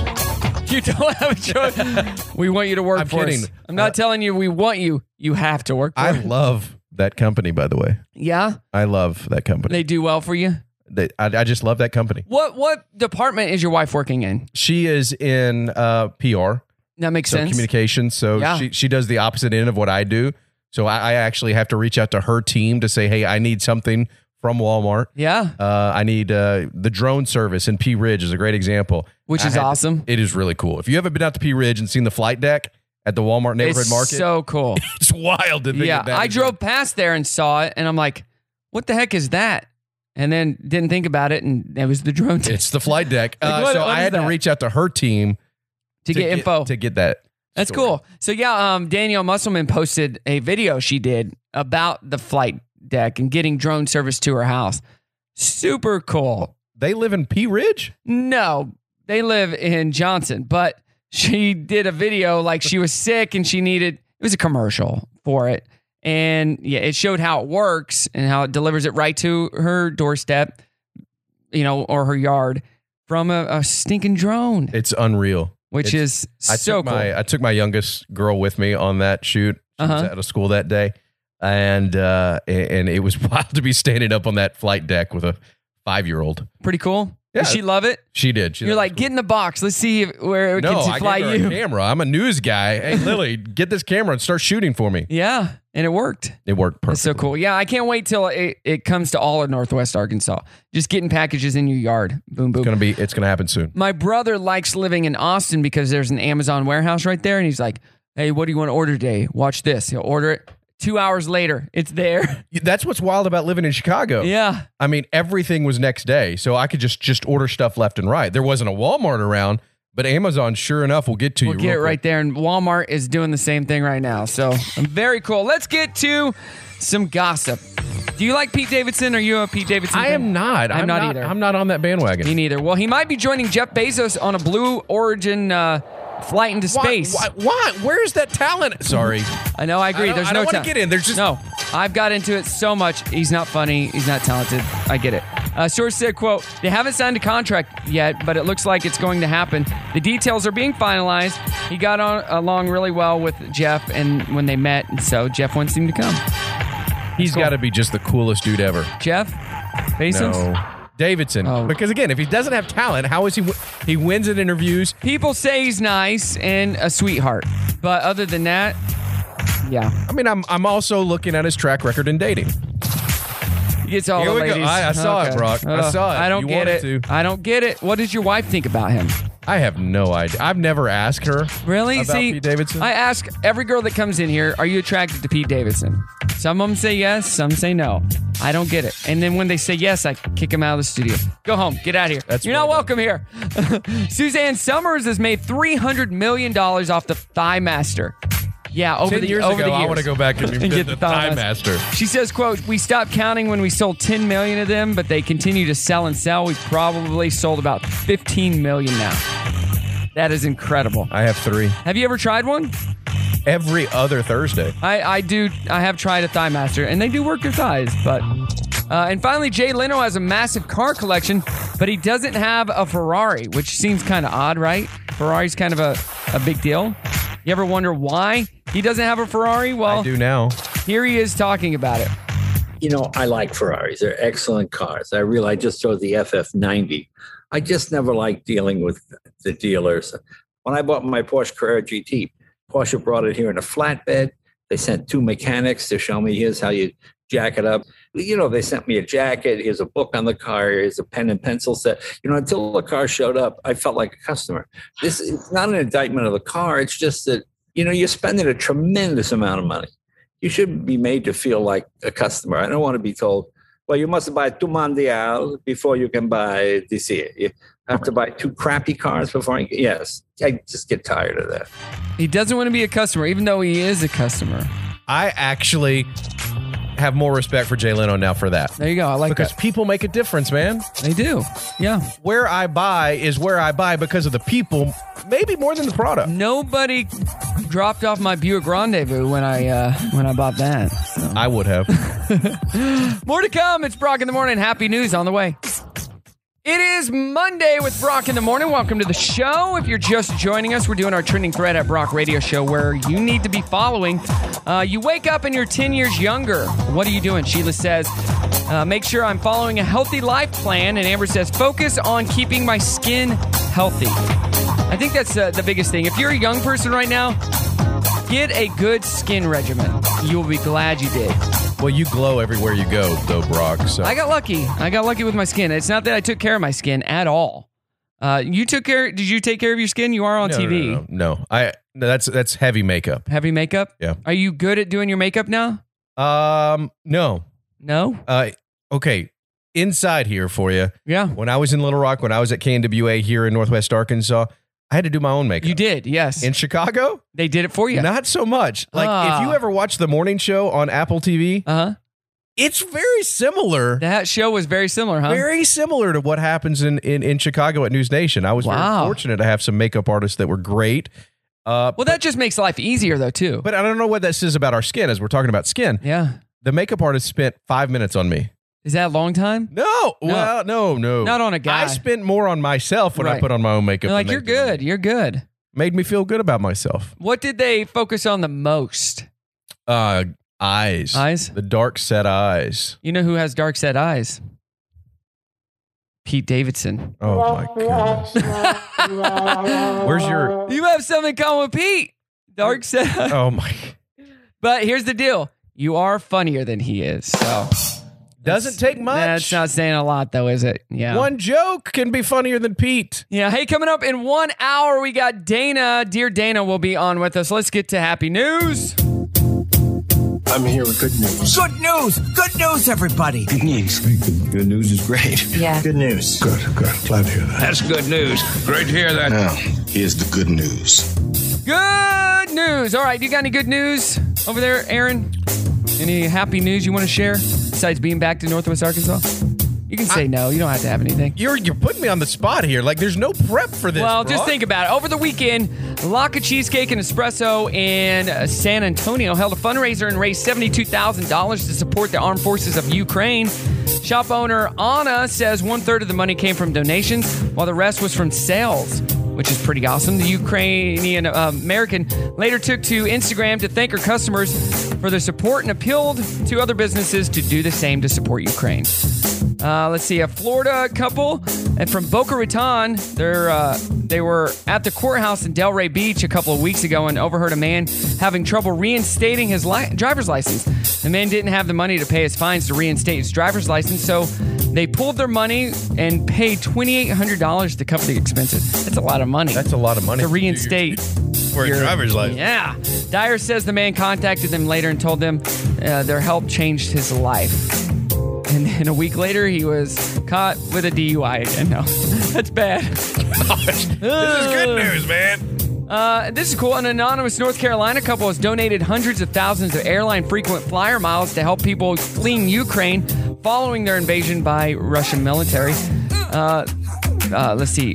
Speaker 1: You don't have a choice. we want you to work
Speaker 6: I'm
Speaker 1: for
Speaker 6: kidding. Uh,
Speaker 1: us. I'm not telling you we want you. You have to work for
Speaker 6: I
Speaker 1: us.
Speaker 6: love that company, by the way.
Speaker 1: Yeah.
Speaker 6: I love that company.
Speaker 1: They do well for you.
Speaker 6: They, I, I just love that company.
Speaker 1: What what department is your wife working in?
Speaker 6: She is in uh, PR,
Speaker 1: That makes
Speaker 6: so
Speaker 1: sense.
Speaker 6: communication. So
Speaker 1: Yeah.
Speaker 6: she, she does the opposite end of what I do. So I, I actually have to reach out to her team to say, hey, I need something from Walmart.
Speaker 1: Yeah.
Speaker 6: Uh, I need uh, the drone service in P Ridge is a great example,
Speaker 1: Which
Speaker 6: I
Speaker 1: is
Speaker 6: had-
Speaker 1: awesome.
Speaker 6: It is really cool. If you haven't been out to P Ridge and seen the flight deck at the Walmart neighborhood
Speaker 1: It's
Speaker 6: market,
Speaker 1: so cool.
Speaker 6: (laughs) it's wild to think
Speaker 1: yeah.
Speaker 6: of that.
Speaker 1: I drove past there and saw it and I'm like, what the heck is that? And then didn't think about it and it was the drone test
Speaker 6: It's the
Speaker 1: (laughs)
Speaker 6: flight deck.
Speaker 1: Like,
Speaker 6: Uh,
Speaker 1: what-
Speaker 6: so
Speaker 1: what is
Speaker 6: I had
Speaker 1: that?
Speaker 6: to reach out to her team
Speaker 1: to, get, info.
Speaker 6: to get that.
Speaker 1: That's
Speaker 6: story.
Speaker 1: cool. So yeah, um, Danielle Musselman posted a video she did about the flight deck and getting drone service to her house. Super cool.
Speaker 6: They live in P Ridge.
Speaker 1: No, they live in Johnson, but she did a video like she was sick and she needed it was a commercial for it. And yeah, it showed how it works and how it delivers it right to her doorstep, you know, or her yard from a, a stinking drone,
Speaker 6: It's unreal.
Speaker 1: which
Speaker 6: It's-
Speaker 1: is
Speaker 6: I
Speaker 1: so
Speaker 6: took
Speaker 1: cool.
Speaker 6: my uh, I took my youngest girl with me on that shoot. She was
Speaker 1: Uh-huh.
Speaker 6: out of school that day, and uh, and it was (laughs) wild to be standing up on that flight deck with a five year old.
Speaker 1: Pretty cool. Does
Speaker 6: Yeah.
Speaker 1: she love it?
Speaker 6: She did. She
Speaker 1: You're
Speaker 6: thought it
Speaker 1: like,
Speaker 6: was
Speaker 1: get in the box. Let's see if, where it
Speaker 6: cool.
Speaker 1: gets
Speaker 6: no,
Speaker 1: to fly
Speaker 6: I gave her
Speaker 1: you.
Speaker 6: a camera. I'm a news guy.
Speaker 1: (laughs)
Speaker 6: Hey Lily, get this camera and start shooting for me.
Speaker 1: Yeah, and it worked.
Speaker 6: It worked
Speaker 1: That's
Speaker 6: perfect.
Speaker 1: so cool. Yeah, I can't wait till it, it comes to all of Northwest Arkansas. Just getting packages in your yard. Boom, boom.
Speaker 6: It's gonna be. It's gonna happen soon.
Speaker 1: My brother likes living in Austin because there's an Amazon warehouse right there, and he's like, "Hey, what do you want to order today? Watch this." He'll order it. Two hours later, it's there. (laughs)
Speaker 6: That's what's wild about living in Chicago.
Speaker 1: yeah,
Speaker 6: I mean, everything was next day, so I could just just order stuff left and right. There wasn't a Walmart around, but Amazon, sure enough, will get to
Speaker 1: we'll
Speaker 6: you.
Speaker 1: get it
Speaker 6: real
Speaker 1: right
Speaker 6: quick.
Speaker 1: there. And Walmart is doing the same thing right now. So very cool. Let's get to some gossip. Do you like Pete Davidson? Are you a Pete Davidson?
Speaker 6: I
Speaker 1: fan?
Speaker 6: am not.
Speaker 1: I'm not either.
Speaker 6: I'm not on that bandwagon.
Speaker 1: Me neither. Well, he might be joining Jeff Bezos on a Blue Origin uh, flight into space.
Speaker 6: Why, why, why? Where's that talent? Sorry.
Speaker 1: I know. I agree.
Speaker 6: I don't-
Speaker 1: There's
Speaker 6: I
Speaker 1: no
Speaker 6: don't wanna
Speaker 1: time.
Speaker 6: get in. There's just-
Speaker 1: no. I've got into it so much. He's not funny. He's not talented. I get it. Uh, source said, quote, they haven't signed a contract yet, but it looks like it's going to happen. The details are being finalized. He got on along really well with Jeff and when they met, and so Jeff wants him to come.
Speaker 6: He's got to be just the coolest dude ever.
Speaker 1: Jeff? Basins?
Speaker 6: No. Davidson.
Speaker 1: Oh.
Speaker 6: Because again, if he doesn't have talent, how is he? w- He wins at interviews.
Speaker 1: People say he's nice and a sweetheart, but other than that, yeah.
Speaker 6: I mean, I'm I'm also looking at his track record in dating.
Speaker 1: He gets all
Speaker 6: Here
Speaker 1: the
Speaker 6: we go.
Speaker 1: ladies.
Speaker 6: I- I saw it, Brock. I saw it.
Speaker 1: I don't
Speaker 6: You
Speaker 1: get
Speaker 6: wanted
Speaker 1: it. I don't get it. What does your wife think about him?
Speaker 6: I have no idea. I've never asked her.
Speaker 1: Really?
Speaker 6: About
Speaker 1: See,
Speaker 6: Pete Davidson.
Speaker 1: I ask every girl that comes in here, "Are you attracted to Pete Davidson?" Some of them say yes, some say no. I don't get it. And then when they say yes, I kick them out of the studio. Go home. Get out of here. You're not welcome here. (laughs) Suzanne Summers has made three hundred million dollars off the Thigh Master. Yeah, over
Speaker 6: Ten
Speaker 1: the
Speaker 6: years
Speaker 1: over
Speaker 6: ago,
Speaker 1: the
Speaker 6: I
Speaker 1: years.
Speaker 6: wanna go
Speaker 1: (laughs)
Speaker 6: back and get the Thigh Master.
Speaker 1: She says, "quote We stopped counting when we sold 10 million of them, but they continue to sell and sell. We probably sold about 15 million now. That is incredible.
Speaker 6: I have three.
Speaker 1: Have you ever tried one?
Speaker 6: Every other Thursday.
Speaker 1: I, I do. I have tried a thigh master, and they do work your thighs. But uh, and finally, Jay Leno has a massive car collection, but he doesn't have a Ferrari, which seems kind of odd, right? Ferrari's kind of a, a big deal. You ever wonder why he doesn't have a Ferrari? Well, I
Speaker 6: do now.
Speaker 1: Here he is talking about it.
Speaker 13: you know, I like Ferraris. They're excellent cars. I really, I just drove the FF90. I just never liked dealing with the dealers. When I bought my Porsche Carrera GT, Porsche brought it here in a flatbed. They sent two mechanics to show me here's how you jack it up. You know, they sent me a jacket. Here's a book on the car. Here's a pen and pencil set. You know, until the car showed up, I felt like a customer. This is not an indictment of the car. It's just that, you know, you're spending a tremendous amount of money you shouldn't be made to feel like a customer. I don't want to be told, well, you must buy two Mondial before you can buy this year. You have to buy two crappy cars before you. Yes, I just get tired of that.
Speaker 1: He doesn't want to be a customer, even though he is a customer.
Speaker 6: I actually have more respect for Jay Leno now for that.
Speaker 1: There you go. I like
Speaker 6: because people make a difference, man.
Speaker 1: They do. Yeah.
Speaker 6: Where I buy is where I buy because of the people, maybe more than the product.
Speaker 1: Nobody dropped off my Buick Rendezvous when I uh, when I bought that.
Speaker 6: I
Speaker 1: (laughs)
Speaker 6: would have.
Speaker 1: More to come. It's Brock in the morning. Happy news on the way. It is Monday with Brock in the morning. Welcome to the show. If you're just joining us, we're doing our trending thread at Brock Radio Show where you need to be following. Uh, you wake up and you're 10 years younger. What are you doing? Sheila says, uh, make sure I'm following a healthy life plan. And Amber says, focus on keeping my skin healthy. I think that's uh, the biggest thing. If you're a young person right now, get a good skin regimen. You will be glad you did.
Speaker 6: Well, you glow everywhere you go, though, Brock. So
Speaker 1: I got lucky. I got lucky with my skin. It's not that I took care of my skin at all. Uh, you took care. Did you take care of your skin? You are on
Speaker 6: No, no,
Speaker 1: TV.
Speaker 6: No, no, no. I no, that's that's heavy makeup.
Speaker 1: Heavy makeup.
Speaker 6: Yeah.
Speaker 1: Are you good at doing your makeup now?
Speaker 6: Um, no,
Speaker 1: no.
Speaker 6: Uh, okay. Inside here for you.
Speaker 1: Yeah.
Speaker 6: When I was in Little Rock, when I was at KNWA here in Northwest Arkansas, I had to do my own makeup. You
Speaker 1: did, yes.
Speaker 6: In Chicago,
Speaker 1: they did it for you.
Speaker 6: Not so much. Like
Speaker 1: Ah.
Speaker 6: if you ever watch the morning show on Apple TV,
Speaker 1: uh-huh.
Speaker 6: it's very similar.
Speaker 1: That show was very similar, huh?
Speaker 6: Very similar to what happens in, in, in Chicago at News Nation. I was
Speaker 1: Wow.
Speaker 6: very fortunate to have some makeup artists that were great. Uh,
Speaker 1: well, that just makes life easier, though, too.
Speaker 6: But I don't know what that says about our skin as we're talking about skin.
Speaker 1: Yeah.
Speaker 6: The makeup artist spent five minutes on me.
Speaker 1: Is that a long time?
Speaker 6: No. Well, no, no.
Speaker 1: Not on a guy.
Speaker 6: I spent more on myself when I
Speaker 1: Right.
Speaker 6: put on my own makeup.
Speaker 1: You're like
Speaker 6: than
Speaker 1: you're
Speaker 6: they-
Speaker 1: good. You're good.
Speaker 6: Made me feel good about myself.
Speaker 1: What did they focus on the most?
Speaker 6: Uh, eyes.
Speaker 1: Eyes?
Speaker 6: The dark set eyes.
Speaker 1: You know who has dark set eyes? Pete Davidson.
Speaker 6: Oh my goodness. Where's your-
Speaker 1: You have something in common with Pete. Dark set. eyes.
Speaker 6: Oh my.
Speaker 1: (laughs) But here's the deal: you are funnier than he is. So
Speaker 6: Doesn't take much.
Speaker 1: That's not saying a lot, though, is it? Yeah.
Speaker 6: One joke can be funnier than Pete.
Speaker 1: Yeah. Hey, coming up in one hour, we got Dana. Dear Dana will be on with us. Let's get to happy news.
Speaker 14: I'm here with good news. Good news! Good news, everybody! Good news. Good, news is great. Yeah. Good news. Good, good. Glad to hear that.
Speaker 9: That's good news. Great to hear that. Now, here's the good news.
Speaker 1: Good news. All right, you got any good news over there, Aaron? Any happy news you want to share besides being back to Northwest Arkansas? You can say no. You don't have to have anything.
Speaker 6: You're you're putting me on the spot here. Like there's no prep for this.
Speaker 1: Well, just
Speaker 6: Brock.
Speaker 1: think about it. Over the weekend, Laka Cheesecake and Espresso in uh, San Antonio held a fundraiser and raised $72,000 to support the armed forces of Ukraine. Shop owner Anna says one third of the money came from donations, while the rest was from sales, which is pretty awesome. The Ukrainian uh, American later took to Instagram to thank her customers for their support and appealed to other businesses to do the same to support Ukraine. Uh, let's see, a Florida couple, and from Boca Raton, they're uh, they were at the courthouse in Delray Beach a couple of weeks ago and overheard a man having trouble reinstating his li- driver's license. The man didn't have the money to pay his fines to reinstate his driver's license, so they pulled their money and paid twenty eight hundred dollars to cover the expenses. That's a lot of money. That's
Speaker 6: a lot of money
Speaker 1: to reinstate
Speaker 15: For a driver's license.
Speaker 1: Yeah, Dyer says the man contacted them later and told them uh, their help changed his life. And then a week later, he was caught with a DUI again. (laughs) No, that's bad. this is
Speaker 15: good news, man.
Speaker 1: Uh, this is cool. An anonymous North Carolina couple has donated hundreds of thousands of airline frequent flyer miles to help people fleeing Ukraine following their invasion by Russian military. Uh, uh, let's see.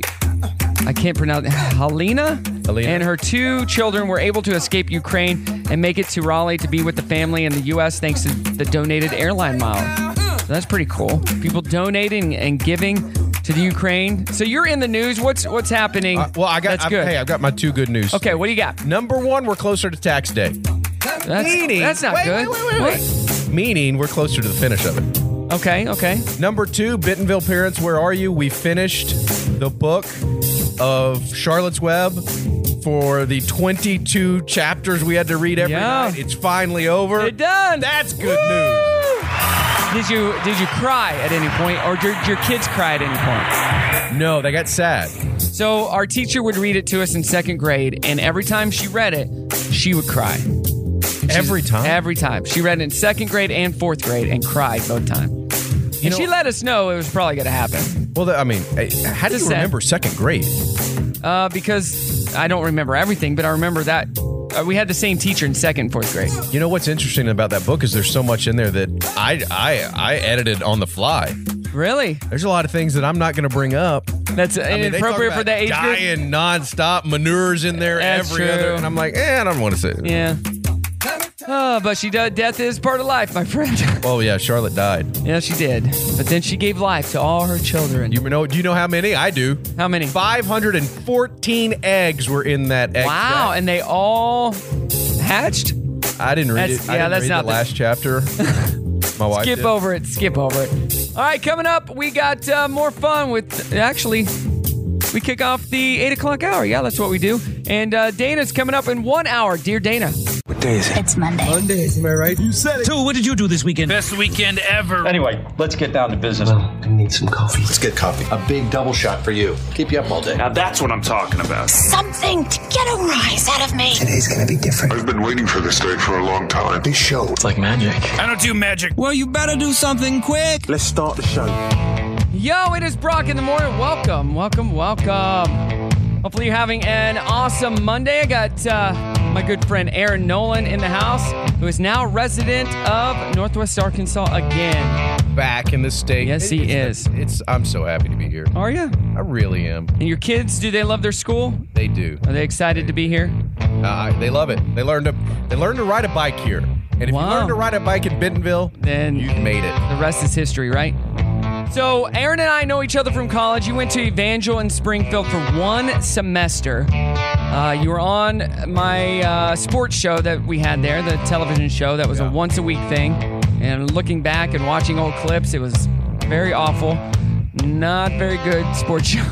Speaker 1: I can't pronounce Helena? Helena and her two children were able to escape Ukraine and make it to Raleigh to be with the family in the U.S. thanks to the donated airline mile. So that's pretty cool. People donating and giving to the Ukraine. So you're in the news. What's what's happening?
Speaker 6: Uh, well, I got.
Speaker 1: that's
Speaker 6: I-
Speaker 1: good.
Speaker 6: Hey, I've got my two good news.
Speaker 1: Okay, what do you got?
Speaker 6: Number one, we're closer to tax day.
Speaker 1: That's, that's not
Speaker 6: Wait,
Speaker 1: good.
Speaker 6: wait, wait, wait, wait. Meaning we're closer to the finish of it.
Speaker 1: Okay, okay.
Speaker 6: Number two, Bentonville parents, where are you? We finished the book of Charlotte's Web for the 22 chapters we had to read every night. It's finally over.
Speaker 1: It done. That's
Speaker 6: good
Speaker 1: news. Did you did you cry at any point, or did your kids cry at any point?
Speaker 6: No, they got sad.
Speaker 1: So our teacher would read it to us in second grade, and every time she read it, she would cry. And she's-
Speaker 6: Every time?
Speaker 1: Every time. She read it in second grade and fourth grade and cried both times. And she let us know it was probably going to happen.
Speaker 6: Well, I mean, how do you remember second grade?
Speaker 1: Uh, because I don't remember everything, but I remember that uh, we had the same teacher in second and fourth grade.
Speaker 6: You know what's interesting about that book is there's so much in there that I I I edited on the fly.
Speaker 1: Really?
Speaker 6: There's a lot of things that I'm not going to bring up.
Speaker 1: That's
Speaker 6: they talk
Speaker 1: inappropriate for
Speaker 6: about
Speaker 1: the age group.
Speaker 6: Dying nonstop, manures in there
Speaker 1: That's
Speaker 6: every
Speaker 1: true.
Speaker 6: other, and I'm like, eh, I don't want to say. It.
Speaker 1: Yeah. Oh, but she does. Death is part of life, my friend.
Speaker 6: Oh yeah, Charlotte died.
Speaker 1: (laughs) Yeah, she did. But then she gave life to all her children.
Speaker 6: You know? Do you know how many? I do.
Speaker 1: How many?
Speaker 6: 514 eggs were in that egg.
Speaker 1: Wow, and they all hatched.
Speaker 6: I didn't read
Speaker 1: That's-
Speaker 6: it. I
Speaker 1: yeah,
Speaker 6: didn't
Speaker 1: that's
Speaker 6: read
Speaker 1: not
Speaker 6: the
Speaker 1: the-
Speaker 6: last chapter.
Speaker 1: (laughs)
Speaker 6: My wife.
Speaker 1: Skip
Speaker 6: did.
Speaker 1: over it. Skip over it. All right, coming up, we got uh, more fun with. Actually, we kick off the eight o'clock hour. Yeah, that's what we do. And uh, Dana's coming up in one hour. Dear Dana.
Speaker 16: What day is it? It's Monday. Mondays, am I right? You said it. So, what did you do this weekend? Best weekend ever. Anyway, let's get down to business. I need some coffee. Let's get coffee. A big double shot for you. Keep you up all day. Now, that's what I'm talking about.
Speaker 17: Something to get a rise out of me.
Speaker 16: Today's gonna be different. I've been waiting for this day for a long time. This show. It's like magic.
Speaker 17: I don't do magic. Well, you better do something quick. Let's start the show.
Speaker 1: Yo, it is Brock in the morning. Welcome, welcome, welcome. Hopefully, you're having an awesome Monday. I got uh, my good friend Aaron Nolan in the house, who is now a resident of Northwest Arkansas again.
Speaker 6: Back in the state.
Speaker 1: Yes, he
Speaker 6: is. It's. I'm so happy to be here.
Speaker 1: Are you?
Speaker 6: I really am.
Speaker 1: And your kids, do they love their school?
Speaker 6: They do.
Speaker 1: Are they excited to be here?
Speaker 6: Uh, they love it. They learned to. They learned to ride a bike here. And if you learn to ride a bike in Bentonville,
Speaker 1: then
Speaker 6: you made it.
Speaker 1: The rest is history, right? So, Aaron and I know each other from college. You went to Evangel in Springfield for one semester. Uh, you were on my uh, sports show that we had there, the television show that was a once a week thing. And looking back and watching old clips, it was very awful. Not very good sports (laughs) show.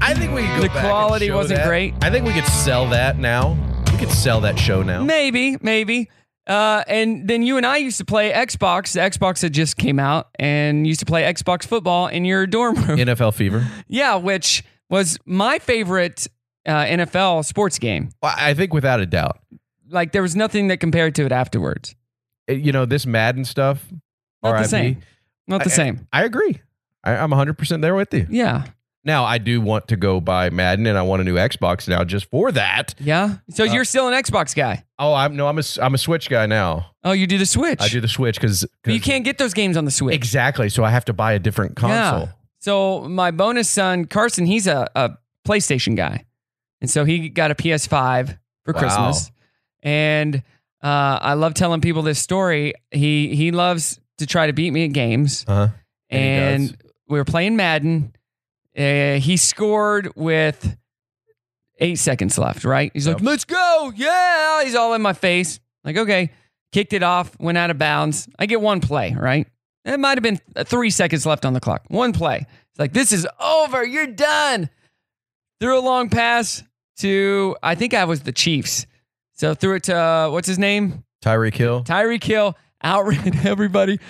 Speaker 6: I think we
Speaker 1: The quality wasn't great.
Speaker 6: I think we could sell that now. We could sell that show now.
Speaker 1: Maybe, maybe. Uh, and then you and I used to play Xbox. The Xbox had just came out, and used to play Xbox football in your dorm room.
Speaker 6: NFL Fever.
Speaker 1: Yeah, which was my favorite uh, NFL sports game.
Speaker 6: Well, I think without a doubt.
Speaker 1: Like there was nothing that compared to it afterwards.
Speaker 6: It- eh, You know this Madden stuff.
Speaker 1: Not the
Speaker 6: RIP.
Speaker 1: same. Not the
Speaker 6: I-
Speaker 1: same.
Speaker 6: I agree. I, I'm 100 percent there with you.
Speaker 1: Yeah.
Speaker 6: Now I do want to go buy Madden, and I want a new Xbox now just for that.
Speaker 1: Yeah.
Speaker 6: Uh,
Speaker 1: So you're still an Xbox guy.
Speaker 6: Oh, I'm no, I'm a s- I'm a Switch guy now.
Speaker 1: Oh, you do the Switch.
Speaker 6: I do the Switch because
Speaker 1: But you can't get those games on the Switch.
Speaker 6: exactly. So I have to buy a different console.
Speaker 1: So my bonus son Carson, he's a, a PlayStation guy, and so he got a PS5 for
Speaker 6: Wow.
Speaker 1: Christmas. And uh, I love telling people this story. He he loves to try to beat me at games,
Speaker 6: Uh-huh.
Speaker 1: and we were playing Madden. Uh, he scored with eight seconds left, right? He's like, let's go. Yeah. He's all in my face. Like, okay. Kicked it off, went out of bounds. I get one play, right? It might have been uh, three seconds left on the clock. One play. It's like, this is over. You're done. Threw a long pass to, I think I was the Chiefs. So threw it to, uh, what's his name?
Speaker 6: Tyreek Hill.
Speaker 1: Tyreek Hill outran (laughs) everybody.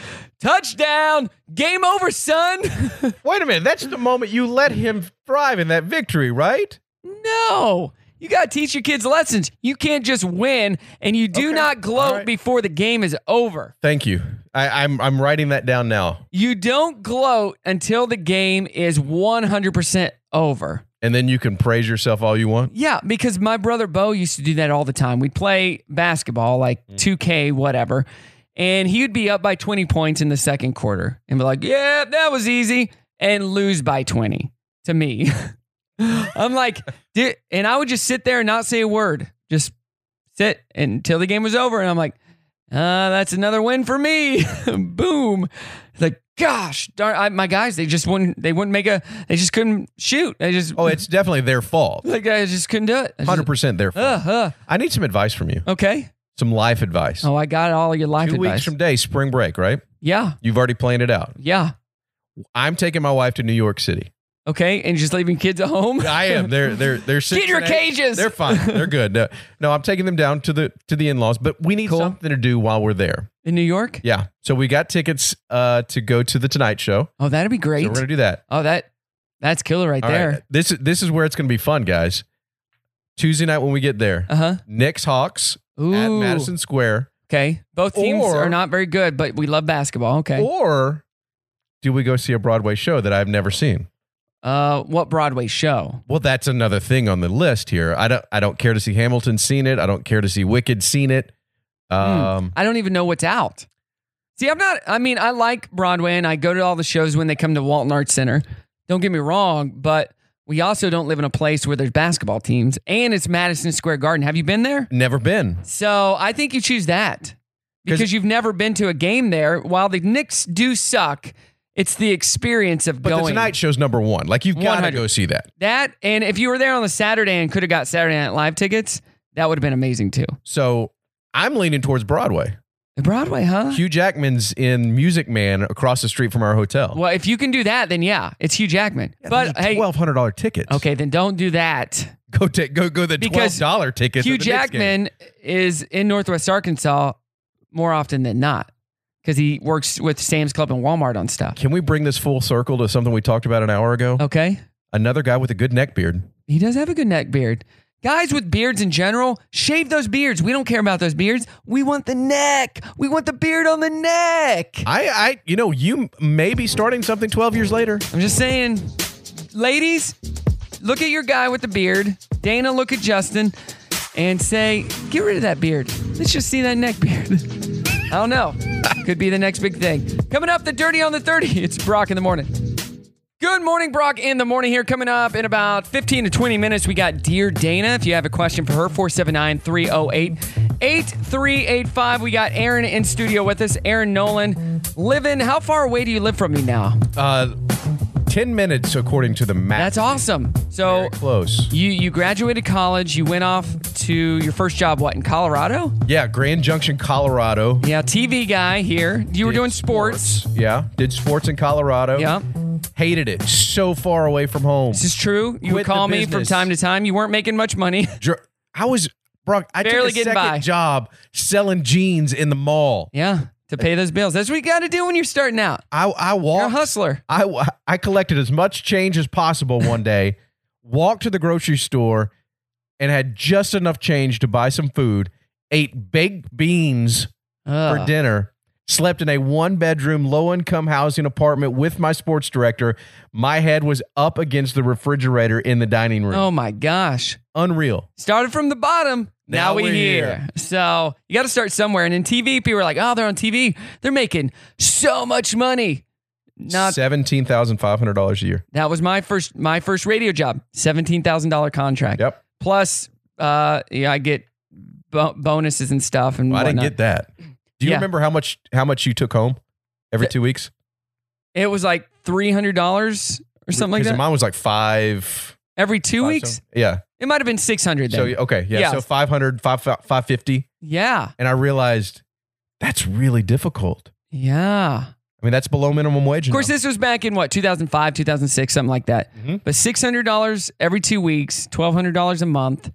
Speaker 1: Touchdown. Game over, son. (laughs)
Speaker 6: Wait a minute. That's the moment you let him thrive in that victory, right?
Speaker 1: No. You got to teach your kids lessons. You can't just win and you do not gloat before the game is over.
Speaker 6: Thank you. I, I'm I'm writing that down now.
Speaker 1: You don't gloat until the game is 100% over.
Speaker 6: And then you can praise yourself all you want.
Speaker 1: Yeah, because my brother Bo used to do that all the time. We'd play basketball, like 2K, whatever. And he would be up by 20 points in the second quarter and be like, yeah, that was easy, and lose by 20 to me. (laughs) I'm like, dude, and I would just sit there and not say a word, just sit until the game was over. And I'm like, uh, that's another win for me. (laughs) Boom. It's Like, gosh, darn, I, my guys, they just wouldn't, they wouldn't make a, they just couldn't shoot. They just,
Speaker 6: Oh, it's definitely their fault.
Speaker 1: like, I just couldn't do it. I just-
Speaker 6: 100% their fault.
Speaker 1: uh.
Speaker 6: I need some advice from you.
Speaker 1: Okay.
Speaker 6: Some life advice.
Speaker 1: Oh, I got all your life
Speaker 6: Two
Speaker 1: advice.
Speaker 6: weeks from day, spring break, right?
Speaker 1: Yeah.
Speaker 6: You've already planned it out.
Speaker 1: Yeah.
Speaker 6: I'm taking my wife to New York City.
Speaker 1: Okay. And just leaving kids at home.
Speaker 6: (laughs) I am. They're they're they're six
Speaker 1: (laughs) Get your
Speaker 6: and eight.
Speaker 1: cages.
Speaker 6: They're fine. They're good. No, no, I'm taking them down to the to the in-laws, but we need something to do while we're there.
Speaker 1: in New York.
Speaker 6: Yeah. So we got tickets uh to go to the Tonight Show.
Speaker 1: Oh, that'd be great.
Speaker 6: So we're gonna do that.
Speaker 1: Oh, that that's killer right
Speaker 6: All right.
Speaker 1: there.
Speaker 6: This is this is where it's gonna be fun, guys. Tuesday night when we get there.
Speaker 1: Uh-huh.
Speaker 6: Knicks Hawks at
Speaker 1: Ooh.
Speaker 6: Madison Square.
Speaker 1: Okay. Both teams
Speaker 6: Or-
Speaker 1: are not very good, but we love basketball. Okay.
Speaker 6: Or do we go see a Broadway show that I've never seen?
Speaker 1: uh, what Broadway show?
Speaker 6: Well, that's another thing on the list here. I don't I don't care to see Hamilton seen it. I don't care to see Wicked seen it.
Speaker 1: Hmm.
Speaker 6: Um
Speaker 1: I don't even know what's out. See, I'm not. I mean, I like Broadway, and I go to all the shows when they come to Walton Arts Center. Don't get me wrong, but we also don't live in a place where there's basketball teams, and it's Madison Square Garden. Have you been there?
Speaker 6: never been.
Speaker 1: So I think you choose that because you've never been to a game there. While the Knicks do suck, it's the experience of
Speaker 6: But
Speaker 1: going.
Speaker 6: the Tonight Show's number one. Like you've got to
Speaker 1: 100.
Speaker 6: go see that.
Speaker 1: That and if you were there on the Saturday and could have got Saturday Night Live tickets, that would have been amazing too.
Speaker 6: So I'm leaning towards
Speaker 1: (sighs)
Speaker 6: Broadway.
Speaker 1: Broadway, huh?
Speaker 6: Hugh Jackman's in Music Man across the street from our hotel.
Speaker 1: Well, if you can do that, then yeah, it's Hugh Jackman. but hey,
Speaker 6: twelve hundred dollar tickets.
Speaker 1: Okay, then don't do that.
Speaker 6: Go take go go the twelve
Speaker 1: Because
Speaker 6: dollar tickets.
Speaker 1: Hugh
Speaker 6: at the Knicks game.
Speaker 1: Jackman is in Northwest Arkansas more often than not because he works with Sam's Club and Walmart on stuff.
Speaker 6: Can we bring this full circle to something we talked about an hour ago?
Speaker 1: Okay.
Speaker 6: Another guy with a good neck beard.
Speaker 1: He does have a good neck beard. Guys with beards in general, shave those beards. We don't care about those beards. We want the neck. We want the beard on the neck.
Speaker 6: I, I, you know, you may be starting something 12 years later.
Speaker 1: I'm just saying, ladies, look at your guy with the beard. Dana, look at Justin and say, get rid of that beard. Let's just see that neck beard. (laughs) I don't know. Could be the next big thing. Coming up, the dirty on the 30. It's Brock in the morning. Good morning, Brock in the morning here. Coming up in about 15 to 20 minutes, we got Dear Dana. If you have a question for her, 479 308 8385. We got Aaron in studio with us. Aaron Nolan. Living, how far away do you live from me now?
Speaker 6: Uh, 10 minutes according to the map.
Speaker 1: That's awesome. So
Speaker 6: close.
Speaker 1: You you graduated college. You went off to your first job. What in Colorado?
Speaker 6: Yeah, Grand Junction, Colorado.
Speaker 1: Yeah, TV guy here. You were doing sports.
Speaker 6: Yeah, did sports in Colorado.
Speaker 1: Yeah.
Speaker 6: Hated it. So far away from home.
Speaker 1: This is true. You would
Speaker 6: Quit the
Speaker 1: call me from
Speaker 6: business.
Speaker 1: time to time. You weren't making much
Speaker 6: (laughs)
Speaker 1: money.
Speaker 6: Dr- I was Brock. I
Speaker 1: Barely
Speaker 6: took a
Speaker 1: getting
Speaker 6: second
Speaker 1: by.
Speaker 6: job selling jeans in the mall.
Speaker 1: Yeah, to pay those bills. That's what you got to do when you're starting out.
Speaker 6: I I walked.
Speaker 1: You're a hustler.
Speaker 6: I wa- I collected as much change as possible one day. walked to the grocery store and had just enough change to buy some food. Ate baked beans for
Speaker 1: Ugh.
Speaker 6: dinner. Slept in a one bedroom, low income housing apartment with my sports director. My head was up against the refrigerator in the dining room.
Speaker 1: Oh my gosh.
Speaker 6: Unreal.
Speaker 1: Started from the bottom. Now,
Speaker 6: Now
Speaker 1: we
Speaker 6: we're
Speaker 1: here.
Speaker 6: here.
Speaker 1: So you got to start somewhere. And in TV, people are like, "Oh, they're on TV. They're making so much money." Not
Speaker 6: $17,500 a year.
Speaker 1: That was my first my first radio job. Seventeen thousand dollar contract.
Speaker 6: Yep.
Speaker 1: Plus, uh, yeah, I get bo- bonuses and stuff. And
Speaker 6: Well, I didn't
Speaker 1: whatnot.
Speaker 6: get that. Do you
Speaker 1: Yeah.
Speaker 6: remember how much how much you took home every two weeks?
Speaker 1: It was like three hundred dollars or something like
Speaker 6: Because
Speaker 1: that.
Speaker 6: mine was like five.
Speaker 1: Every two
Speaker 6: five
Speaker 1: weeks,
Speaker 6: something. Yeah.
Speaker 1: it might have been six hundred.
Speaker 6: So okay, yeah.
Speaker 1: Yeah.
Speaker 6: So 500, five- five- 550.
Speaker 1: yeah.
Speaker 6: and I realized that's really difficult.
Speaker 1: Yeah.
Speaker 6: I mean, that's below minimum wage.
Speaker 1: Of course, this was back in what 2005, 2006, something like that. But six hundred dollars every two weeks, twelve hundred dollars a month,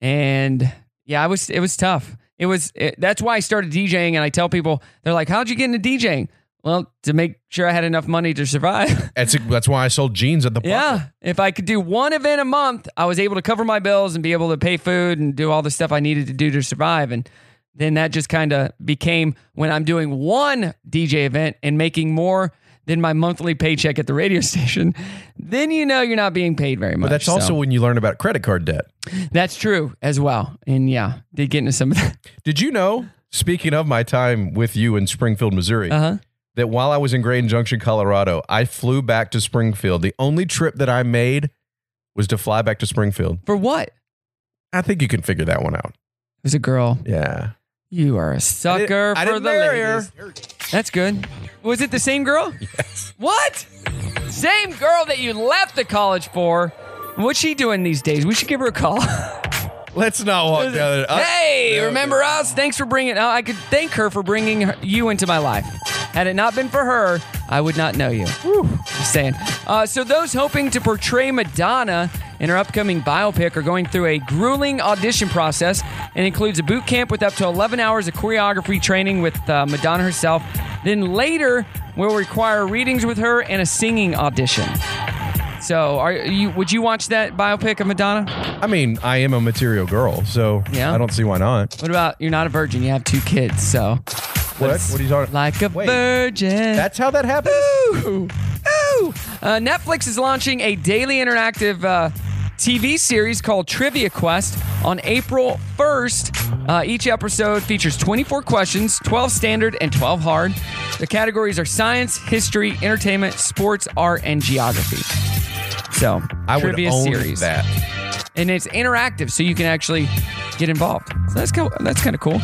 Speaker 1: and yeah, I was it was tough. It was it, that's why I started DJing, and I tell people they're like, "How'd you get into DJing?" Well, to make sure I had enough money to survive.
Speaker 6: That's that's why I sold jeans at the
Speaker 1: yeah. If I could do one event a month, I was able to cover my bills and be able to pay food and do all the stuff I needed to do to survive. And then that just kind of became when I'm doing one DJ event and making more than my monthly paycheck at the radio (laughs) station, then you know you're not being paid very much.
Speaker 6: But that's also
Speaker 1: so.
Speaker 6: when you learn about credit card debt.
Speaker 1: that's true as well. And yeah, did get into some of that.
Speaker 6: Did you know? Speaking of my time with you in Springfield,
Speaker 1: (laughs)
Speaker 6: Missouri,
Speaker 1: Uh-huh.
Speaker 6: that while I was in Grand Junction, Colorado, I flew back to Springfield. The only trip that I made was to fly back to Springfield.
Speaker 1: For what?
Speaker 6: I think you can figure that one out.
Speaker 1: There's a girl.
Speaker 6: Yeah.
Speaker 1: You are a sucker
Speaker 6: I
Speaker 1: for
Speaker 6: didn't
Speaker 1: the
Speaker 6: marry her.
Speaker 1: ladies. That's good. Was it the same girl? Yes. What? Same girl that you left the college for. What's she doing these days? We should give her a call. (laughs)
Speaker 6: Let's not walk down there. Uh,
Speaker 1: hey,
Speaker 6: no,
Speaker 1: remember us? Thanks for bringing. Oh, I could thank her for bringing her- you into my life. Had it not been for her, I would not know you. Just saying. Uh, so those hoping to portray Madonna in her upcoming biopic are going through a grueling audition process and includes a boot camp with up to 11 hours of choreography training with uh, Madonna herself. Then later will require readings with her and a singing audition. So, are you? Would you watch that biopic of Madonna?
Speaker 6: I mean, I am a material girl, so
Speaker 1: Yeah.
Speaker 6: I don't see why not.
Speaker 1: What about you're not a virgin? You have two kids, so.
Speaker 6: What? What are you talking?
Speaker 1: Like a virgin.
Speaker 6: That's how that happens.
Speaker 1: Ooh, ooh. Uh, Netflix is launching a daily interactive uh, TV series called Trivia Quest on April 1st. Uh, each episode features 24 questions, 12 standard and 12 hard. The categories are science, history, entertainment, sports, art, and geography. So,
Speaker 6: I would
Speaker 1: trivia
Speaker 6: own
Speaker 1: series
Speaker 6: that.
Speaker 1: and it's interactive, so you can actually get involved. So that's cool. That's kind of cool.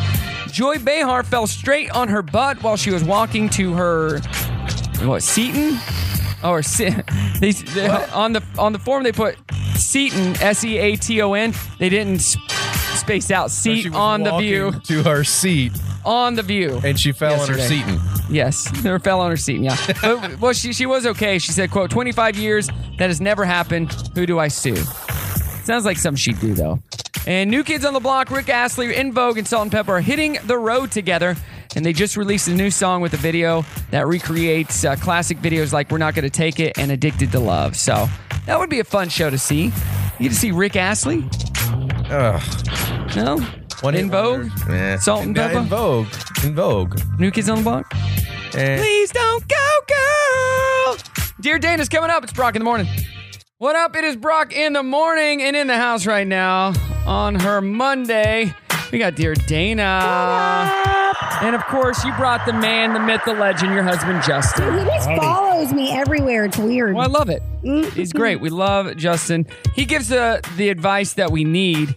Speaker 1: Joy Behar fell straight on her butt while she was walking to her what Seton or (laughs) Se- they, they- on the on the form they put Seton S E A T O N. They didn't s- space out seat on the
Speaker 6: walking
Speaker 1: view
Speaker 6: to her seat,
Speaker 1: on the view.
Speaker 6: and she fell on her
Speaker 1: Yesterday.
Speaker 6: seat. and-
Speaker 1: Yes, (laughs) or fell on her seat. Yeah, but, well, she she was okay. She said, "quote Twenty five years that has never happened. Who do I sue?" Sounds like some she'd do though. And new kids on the block, Rick Astley, In Vogue, and Salt and Pepper are hitting the road together. And they just released a new song with a video that recreates uh, classic videos like "We're Not Going to Take It" and "Addicted to Love." So that would be a fun show to see. You get to see Rick Astley.
Speaker 6: Ugh.
Speaker 1: No.
Speaker 6: One
Speaker 1: In
Speaker 6: hit
Speaker 1: Vogue?
Speaker 6: Eh.
Speaker 1: Salt and
Speaker 6: Yeah,
Speaker 1: pepper?
Speaker 6: In Vogue. In Vogue.
Speaker 1: New Kids on the Block.
Speaker 6: Eh.
Speaker 1: Please don't go, girl. Dear Dana's coming up. It's Brock in the morning. What up? It is Brock in the morning and in the house right now on her Monday. We got Dear Dana. And of course, you brought the man, the myth, the legend, your husband, Justin.
Speaker 18: He just follows me everywhere. It's weird.
Speaker 1: Well, I love it.
Speaker 18: Mm-hmm.
Speaker 1: He's great. We love Justin. He gives the the advice that we need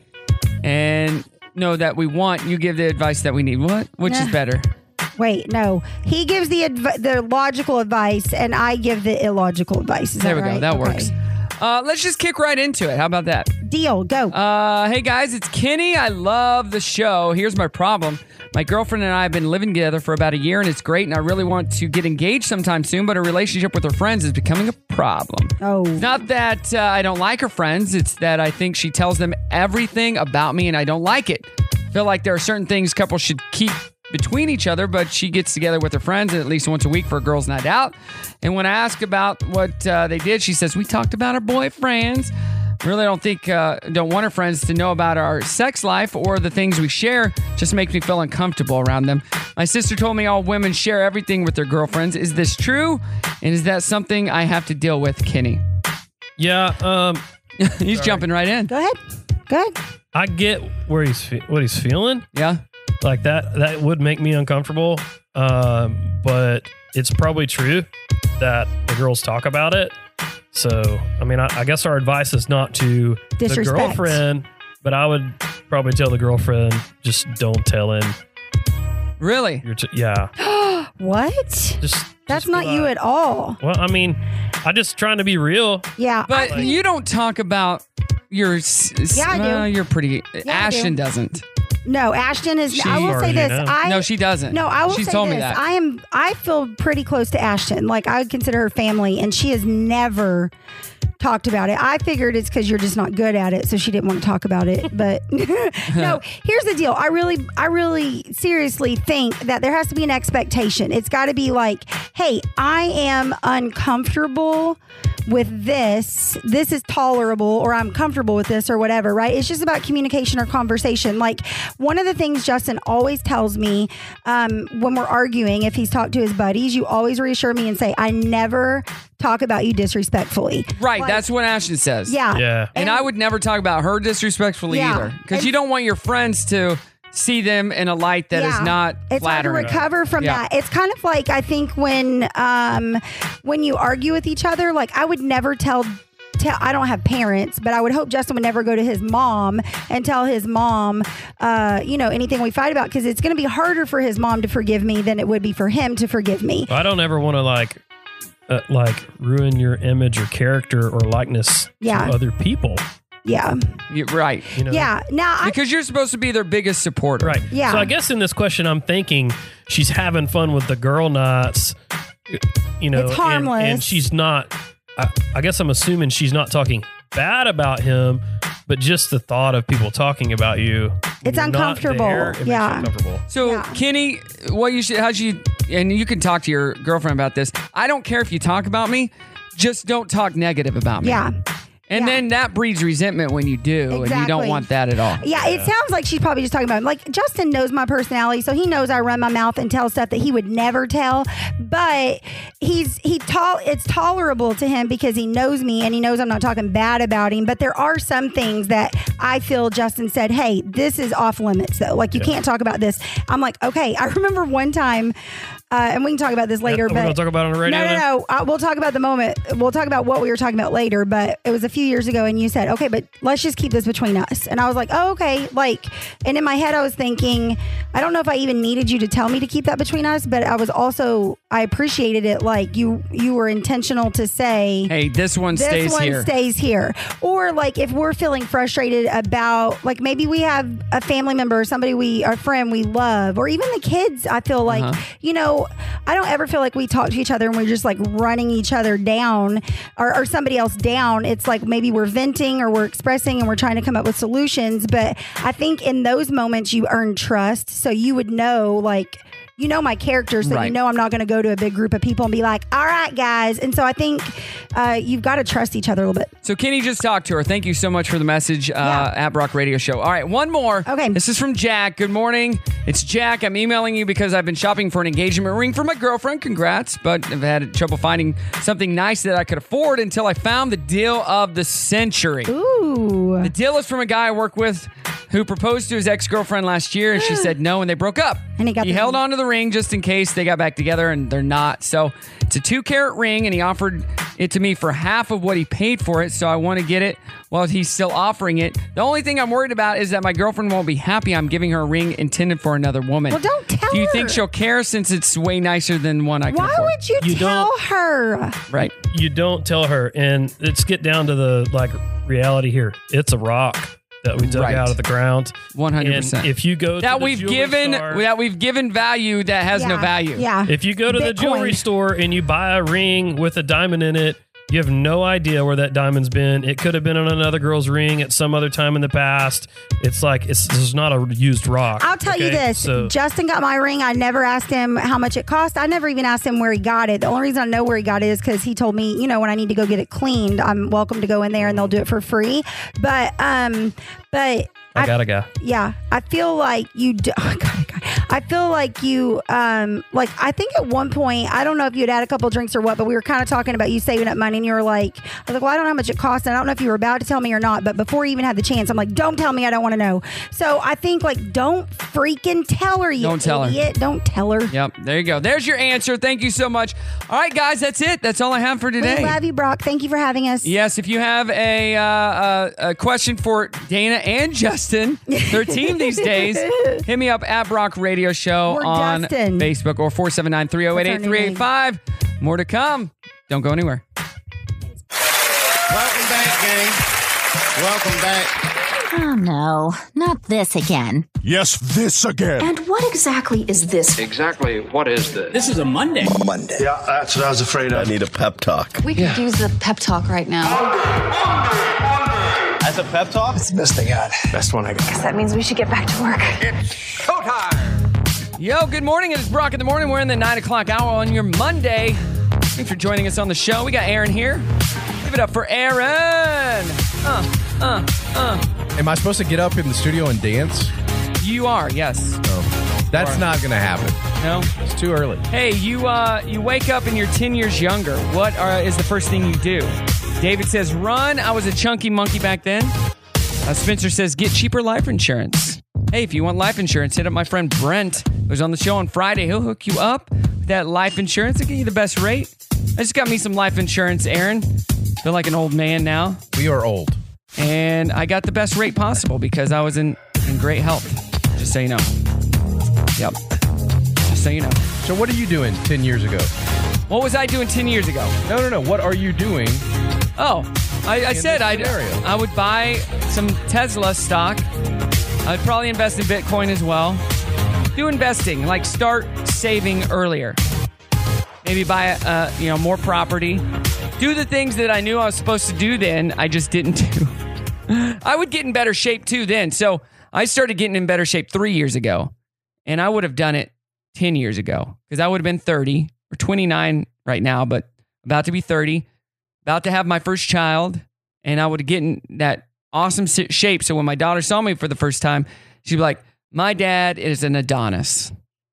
Speaker 1: and no, that we want. You give the advice that we need. What? Which is
Speaker 18: Nah.
Speaker 1: better?
Speaker 18: Wait, no. He gives the adv- the logical advice, and I give the illogical advice. Is
Speaker 1: there
Speaker 18: that
Speaker 1: we
Speaker 18: right?
Speaker 1: go. That
Speaker 18: Okay.
Speaker 1: works. Uh, let's just kick right into it. How about that?
Speaker 18: Deal. Go.
Speaker 1: Uh, hey guys, it's Kenny. I love the show. Here's my problem. My girlfriend and I have been living together for about a year and it's great, and I really want to get engaged sometime soon, but her relationship with her friends is becoming a problem.
Speaker 18: Oh.
Speaker 1: It's not that uh, I don't like her friends, it's that I think she tells them everything about me and I don't like it. I feel like there are certain things couples should keep between each other, but she gets together with her friends at least once a week for a girls' night out. And when I ask about what uh, they did, she says, We talked about our boyfriends. Really don't think, uh, don't want our friends to know about our sex life or the things we share. Just makes me feel uncomfortable around them. My sister told me all women share everything with their girlfriends. Is this true? And is that something I have to deal with, Kenny?
Speaker 19: Yeah, um,
Speaker 1: he's jumping right in.
Speaker 18: Go ahead. Go ahead.
Speaker 19: I get where he's fe- what he's feeling.
Speaker 1: Yeah,
Speaker 19: like that. That would make me uncomfortable. Um, but it's probably true that the girls talk about it. So, I mean, I, I guess our advice is not to
Speaker 18: Disrespect.
Speaker 19: the girlfriend, but I would probably tell the girlfriend just don't tell him.
Speaker 1: Really?
Speaker 19: You're t- yeah.
Speaker 18: what?
Speaker 19: Just
Speaker 18: That's not you at all.
Speaker 19: Well, I mean, I just trying to be real.
Speaker 18: Yeah.
Speaker 1: But you don't talk about your. s- s-
Speaker 18: Yeah, I do.
Speaker 1: well, you're pretty.
Speaker 18: do.
Speaker 1: Ashton doesn't.
Speaker 18: No, Ashton is. I will say this. I
Speaker 1: no, she doesn't.
Speaker 18: No, I will
Speaker 1: She's
Speaker 18: say
Speaker 1: told
Speaker 18: this.
Speaker 1: me that.
Speaker 18: I am. I feel pretty close to Ashton. Like I would consider her family, and she has never talked about it. I figured it's because you're just not good at it, so she didn't want to talk about it. But (laughs) no, here's the deal. I really, I really seriously think that there has to be an expectation. It's got to be like, hey, I am uncomfortable with this. This is tolerable, or I'm comfortable with this, or whatever, right? It's just about communication or conversation. Like, one of the things Justin always tells me um, when we're arguing, if he's talked to his buddies, you always reassure me and say, I never talk about you disrespectfully.
Speaker 1: Right, that's what Ashton says.
Speaker 18: Yeah. Yeah.
Speaker 1: And, I would never talk about her disrespectfully
Speaker 18: Yeah.
Speaker 1: either, because you don't want your friends to see them in a light that is
Speaker 18: Yeah.
Speaker 1: not
Speaker 18: it's
Speaker 1: flattering.
Speaker 18: hard to recover from
Speaker 1: Yeah.
Speaker 18: that. It's kind of like I think when um, when you argue with each other, like I would never tell. Tell, I don't have parents, but I would hope Justin would never go to his mom and tell his mom, uh, you know, anything we fight about because it's going to be harder for his mom to forgive me than it would be for him to forgive me.
Speaker 19: I don't ever want to like, uh, like ruin your image or character or likeness
Speaker 18: Yeah.
Speaker 19: to other people.
Speaker 18: Yeah.
Speaker 1: You- right.
Speaker 19: You know?
Speaker 18: Yeah. Now, I,
Speaker 1: Because you're supposed to be their biggest supporter. Right.
Speaker 18: Yeah.
Speaker 19: So I guess in this question, I'm thinking she's having fun with the girl nuts. You know,
Speaker 18: It's
Speaker 19: and-
Speaker 18: harmless.
Speaker 19: And, she's not. I, I guess I'm assuming she's not talking bad about him, but just the thought of people talking about you.
Speaker 18: It's
Speaker 19: when you're not
Speaker 18: uncomfortable.
Speaker 19: there, it makes you
Speaker 18: Yeah.
Speaker 19: uncomfortable.
Speaker 1: So Kenny, what you should, how you, and you can talk to your girlfriend about this. I don't care if you talk about me, just don't talk negative about me.
Speaker 18: Yeah.
Speaker 1: And then that breeds resentment when you do, and you don't
Speaker 18: Exactly.
Speaker 1: want that at all.
Speaker 18: Yeah, it sounds like she's probably just talking about him. Like Justin knows my personality, so he knows I run my mouth and tell stuff that he would never tell. But he's he tall. It's tolerable to him because he knows me and he knows I'm not talking bad about him. But there are some things that I feel Justin said, "Hey, this is off limits though. Like you can't talk about this." I'm like, okay. I remember one time. Uh, and we can talk about this later.
Speaker 19: we're
Speaker 18: but
Speaker 19: gonna talk about it on the radio
Speaker 18: No, no,
Speaker 19: then?
Speaker 18: no. Uh, we'll talk about the moment. We'll talk about what we were talking about later. But it was a few years ago, and you said, "Okay, but let's just keep this between us." And I was like, "Oh, okay." Like, and in my head, I was thinking, I don't know if I even needed you to tell me to keep that between us, but I was also I appreciated it. Like you, you were intentional to say,
Speaker 1: Hey, this one
Speaker 18: this
Speaker 1: stays
Speaker 18: one
Speaker 1: here.
Speaker 18: stays here. Or like if we're feeling frustrated about like maybe we have a family member or somebody we a friend we love or even the kids, I feel like,
Speaker 20: Uh-huh.
Speaker 18: you know, I don't ever feel like we talk to each other and we're just like running each other down or, or somebody else down. It's like maybe we're venting or we're expressing and we're trying to come up with solutions. But I think in those moments you earn trust. So you would know like you know my character, so you
Speaker 20: Right.
Speaker 18: know know I'm not going to go to a big group of people and be like, all right, guys. And so I think uh, you've got to trust each other a little bit.
Speaker 1: So Kenny just talked to her. Thank you so much for the message uh, at Brock Radio Show. All right, one more. Okay. This is from Jack. Good morning. It's Jack. I'm emailing you because I've been shopping for an engagement ring for my girlfriend. Congrats, but I've had trouble finding something nice that I could afford until I found the deal of the century.
Speaker 18: Ooh.
Speaker 1: The deal is from a guy I work with who proposed to his ex-girlfriend last year and she said no and they broke up. And he got he held on to the ring just in case they got back together and they're not. So it's a two carat ring and he offered it to me for half of what he paid for it. So I want to get it while he's still offering it. The only thing I'm worried about is that my girlfriend won't be happy I'm giving her a ring intended for another woman. Well,
Speaker 18: don't tell
Speaker 1: Do you
Speaker 18: her.
Speaker 1: think she'll care since it's way nicer than one I can
Speaker 18: Why
Speaker 1: afford?
Speaker 18: would you, tell her?
Speaker 1: Right.
Speaker 19: You don't tell her. And let's get down to the like reality here. It's a rock that we dug
Speaker 1: Right.
Speaker 19: out of the ground.
Speaker 1: 100%.
Speaker 19: And If you go to
Speaker 1: that
Speaker 19: the
Speaker 1: we've
Speaker 19: jewelry
Speaker 1: given
Speaker 19: store-
Speaker 1: that we've given value that has no
Speaker 19: Yeah,
Speaker 1: value.
Speaker 19: If you go to the jewelry store and you buy a ring with a diamond in it, you have no idea where that diamond's been. It could have been on another girl's ring at some other time in the past. It's like it's this is not a used rock.
Speaker 18: I'll tell you
Speaker 19: okay?
Speaker 18: this.
Speaker 19: So,
Speaker 18: Justin got my ring. I never asked him how much it cost. I never even asked him where he got it. The only reason I know where he got it is because he told me, you know, when I need to go get it cleaned, I'm welcome to go in there and they'll do it for free. But, um, but
Speaker 19: I got a guy.
Speaker 18: yeah, I feel like you do. (laughs) Oh, God, God. I feel like you, um, like I think at one point, I don't know if you'd had a couple drinks or what, but we were kind of talking about you saving up money, and you were like, I was like, well, I don't know how much it costs, and I don't know if you were about to tell me or not, but before you even had the chance, I'm like, don't tell me, I don't want to know. So I think like, don't freaking tell her, you
Speaker 1: Don't tell her.
Speaker 18: idiot. Don't tell her.
Speaker 1: Yep, there you go. There's your answer. Thank you so much. All right, guys, that's it. That's all I have for today.
Speaker 18: We love you, Brock. Thank you for having us.
Speaker 1: Yes, if you have a, uh, uh, a
Speaker 18: (laughs)
Speaker 1: question for Dana and Justin, their team these days, hit me up at Brock Radio radio show
Speaker 18: We're
Speaker 1: on
Speaker 18: Dustin.
Speaker 1: Facebook or 479 308 8385. More to come. Don't go anywhere.
Speaker 20: Welcome back, gang. Welcome back.
Speaker 21: Oh no, not this again.
Speaker 22: Yes, this again.
Speaker 21: And what exactly is this?
Speaker 22: Exactly what is this?
Speaker 21: This is a Monday.
Speaker 22: Monday. Yeah, that's what I was afraid of. I need a pep talk.
Speaker 23: We could use the pep talk right now.
Speaker 22: That's a pep talk? It's the best I got. Best one I got.
Speaker 23: That means we should get back to work.
Speaker 1: Yo, good morning. It is Brock in the morning. We're in the nine o'clock hour on your Monday. Thanks for joining us on the show. We got Aaron here. Give it up for Aaron. Uh, uh, uh.
Speaker 6: Am I supposed to get up in the studio and dance?
Speaker 1: You are, yes.
Speaker 6: No. That's
Speaker 1: are.
Speaker 6: not going to happen.
Speaker 1: No.
Speaker 6: It's too early.
Speaker 1: Hey, you uh, you wake up and you're 10 years younger. What are, is the first thing you do? David says, run. I was a chunky monkey back then. Uh, Spencer says, get cheaper life insurance. Hey, if you want life insurance, hit up my friend Brent, who's on the show on Friday. He'll hook you up with that life insurance. He'll get you the best rate. I just got me some life insurance, Aaron. Feel like an old man now.
Speaker 6: We are old.
Speaker 1: And I got the best rate possible because I was in, in great health. Just so you know. Yep. Just so you know.
Speaker 6: So, what are you doing 10 years ago?
Speaker 1: What was I doing 10 years ago?
Speaker 6: No, no, no. What are you doing?
Speaker 1: Oh, I, I said I'd, I would buy some Tesla stock. I'd probably invest in Bitcoin as well. Do investing, like start saving earlier. Maybe buy uh, you know more property. Do the things that I knew I was supposed to do then. I just didn't do. (laughs) I would get in better shape too then. So I started getting in better shape three years ago, and I would have done it ten years ago because I would have been thirty or twenty nine right now, but about to be thirty about to have my first child, and I would get in that awesome si- shape. So when my daughter saw me for the first time, she'd be like, "My dad is an Adonis."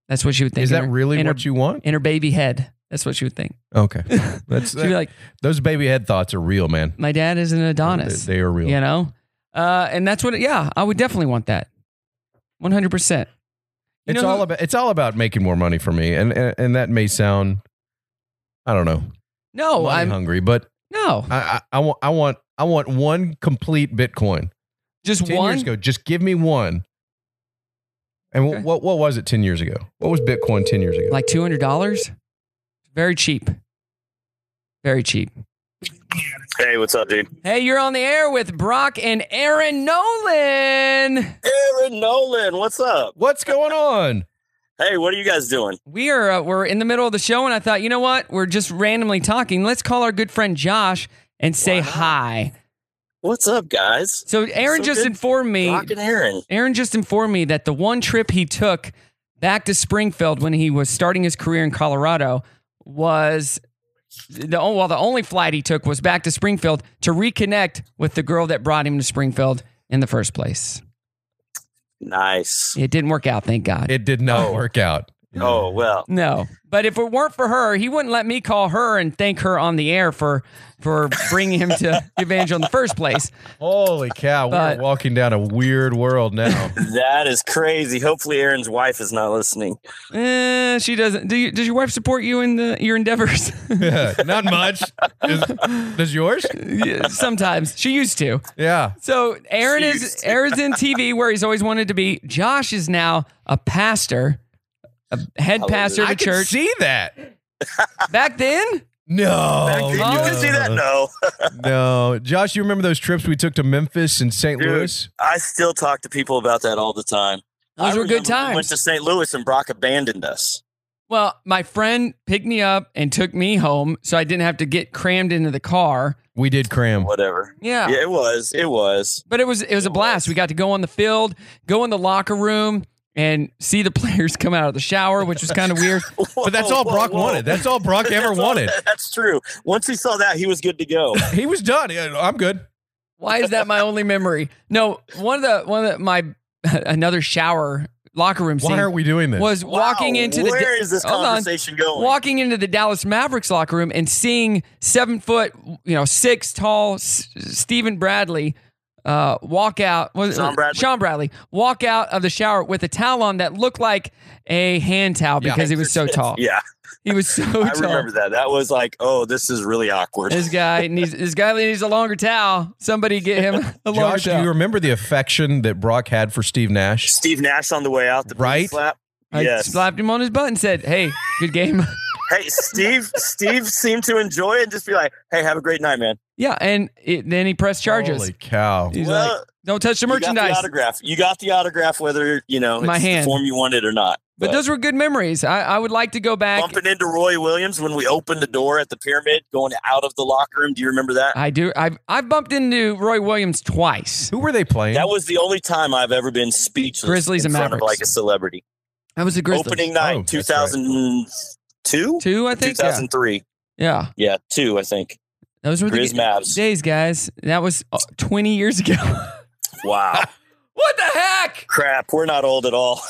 Speaker 1: That's what she would think.
Speaker 6: Is
Speaker 1: in
Speaker 6: that
Speaker 1: her-
Speaker 6: really
Speaker 1: in her-
Speaker 6: what
Speaker 1: (laughs)
Speaker 6: you want?
Speaker 1: In her baby head, that's what she would think.
Speaker 6: Okay. That's uh,
Speaker 1: She'd be like,
Speaker 6: those baby head thoughts are real, man.
Speaker 1: "My dad is an Adonis."
Speaker 6: They- they are real.
Speaker 1: you know. Uh, and that's what. Yeah, I would definitely want that. One hundred percent. You
Speaker 6: It's
Speaker 1: know
Speaker 6: all
Speaker 1: who-
Speaker 6: about it's all about making more money for me, and and, and that may sound, I don't know,
Speaker 1: No,
Speaker 6: money
Speaker 1: Oh, I'm
Speaker 6: hungry, but
Speaker 1: no,
Speaker 6: I, I I want I want I want one complete Bitcoin.
Speaker 1: Just
Speaker 6: ten
Speaker 1: one?
Speaker 6: years ago, just give me one. And what, what what was it ten years ago? What was Bitcoin ten years ago?
Speaker 1: like two hundred dollars. Very cheap. Very cheap.
Speaker 24: Hey, what's up, dude?
Speaker 1: Hey, you're on the air with Brock and Aaron Nolan.
Speaker 24: Aaron Nolan, what's up?
Speaker 6: What's going on?
Speaker 24: Hey, what are you guys doing?
Speaker 1: We are uh, we're in the middle of the show, and I thought, you know what? We're just randomly talking. Let's call our good friend Josh and say hi.
Speaker 24: What's up, guys?
Speaker 1: So Aaron
Speaker 24: So
Speaker 1: just
Speaker 24: good
Speaker 1: informed me.
Speaker 24: talking to Aaron.
Speaker 1: just informed me that the one trip he took back to Springfield when he was starting his career in Colorado was the oh, well the only flight he took was back to Springfield to reconnect with the girl that brought him to Springfield in the first place.
Speaker 24: Nice.
Speaker 1: It didn't work out, thank God.
Speaker 6: It did not work out.
Speaker 24: Oh well.
Speaker 1: No, but if it weren't for her, he wouldn't let me call her and thank her on the air for for bringing him to Evangel in the first place.
Speaker 6: Holy cow!
Speaker 1: But-
Speaker 6: we're walking down a weird
Speaker 1: (laughs)
Speaker 6: world now.
Speaker 24: That is crazy. Hopefully, Aaron's wife is not listening.
Speaker 1: Eh, she doesn't. Do you, does your wife support you in the your endeavors? (laughs)
Speaker 6: not much. does yours?
Speaker 1: Sometimes she used to.
Speaker 6: Yeah.
Speaker 1: So Aaron is Aaron's in TV where he's always wanted to be. Josh is now a pastor, a head pastor of
Speaker 6: I
Speaker 1: a
Speaker 6: could
Speaker 1: church.
Speaker 6: see that.
Speaker 1: Back then?
Speaker 6: Oh, No.
Speaker 24: Back then, you could see that. No,
Speaker 6: no, Josh, you remember those trips we took to Memphis and St. Louis?
Speaker 24: I still talk to people about that all the time.
Speaker 1: Those
Speaker 24: I
Speaker 1: were good
Speaker 24: remember
Speaker 1: times.
Speaker 24: We went to St. Louis and Brock abandoned us.
Speaker 1: Well, my friend picked me up and took me home, so I didn't have to get crammed into the car.
Speaker 6: We did cram.
Speaker 24: Whatever.
Speaker 1: Yeah.
Speaker 24: Yeah, it was. It was.
Speaker 1: But it was it was a blast. We got to go on the field, go in the locker room, and see the (laughs) players come out of the shower, which was kind of weird.
Speaker 6: But that's all Brock wanted. That's all
Speaker 24: (laughs)
Speaker 6: Brock ever wanted.
Speaker 24: That's true. Once he saw that, he was good to go.
Speaker 6: He was done. Yeah, I'm good.
Speaker 1: Why is that my only memory? No, one of the one of the, my (laughs) another shower locker room.
Speaker 6: Why
Speaker 1: scene
Speaker 6: are we doing this?
Speaker 1: Was
Speaker 24: Wow,
Speaker 1: (laughs) walking into the
Speaker 24: where is this
Speaker 1: Hold on.
Speaker 24: conversation going?
Speaker 1: Walking into the Dallas Mavericks locker room and seeing seven foot, you know, six tall S- Stephen Bradley. Uh, walk out. Was,
Speaker 24: Sean Bradley.
Speaker 1: Sean Bradley walk out of the shower with a towel on that looked like a hand towel
Speaker 24: Yeah.
Speaker 1: because he was
Speaker 24: (laughs)
Speaker 1: so tall.
Speaker 24: yeah.
Speaker 1: he was so
Speaker 24: I
Speaker 1: tall.
Speaker 24: remember that. That was like, oh, this is really awkward.
Speaker 1: This guy needs this guy needs a longer towel. Somebody get
Speaker 24: (laughs)
Speaker 1: him a longer
Speaker 6: Josh, do
Speaker 1: towel.
Speaker 6: you remember the affection that Brock had for Steve Nash?
Speaker 24: Steve Nash on the way out the
Speaker 6: Right?
Speaker 24: slap.
Speaker 1: I
Speaker 24: Yes.
Speaker 1: slapped him on his butt and said, "Hey, good game." (laughs)
Speaker 24: Hey, Steve. Steve seemed to enjoy it and just be like, "Hey, have a great night, man."
Speaker 1: yeah, and it, then he pressed charges.
Speaker 24: Holy
Speaker 6: cow!
Speaker 1: He's
Speaker 24: Well,
Speaker 1: like, "Don't touch the
Speaker 24: You got
Speaker 1: merchandise."
Speaker 24: the autograph. You got the autograph, whether you know it's
Speaker 1: My hand.
Speaker 24: the form you wanted or not.
Speaker 1: But, those were good memories. I, I would like to go back.
Speaker 24: bumping into Roy Williams when we opened the door at the pyramid, going out of the locker room. Do you remember that?
Speaker 1: I do. I've I've bumped into Roy Williams twice.
Speaker 6: Who were they playing?
Speaker 24: That was the only time I've ever been speechless
Speaker 1: Grizzlies
Speaker 24: in
Speaker 1: and
Speaker 24: front of
Speaker 1: Mavericks.
Speaker 24: like a celebrity.
Speaker 1: That was the Grizzlies. Oh,
Speaker 24: Opening night, 2002?
Speaker 1: Two, I think, yeah.
Speaker 24: 2003.
Speaker 1: Yeah,
Speaker 24: Yeah, two, I think.
Speaker 1: those were the
Speaker 24: Grizz
Speaker 1: good
Speaker 24: Mavs.
Speaker 1: days, guys. That was uh, 20 years ago. (laughs)
Speaker 24: Wow.
Speaker 1: what the heck?
Speaker 24: Crap, we're not old at all.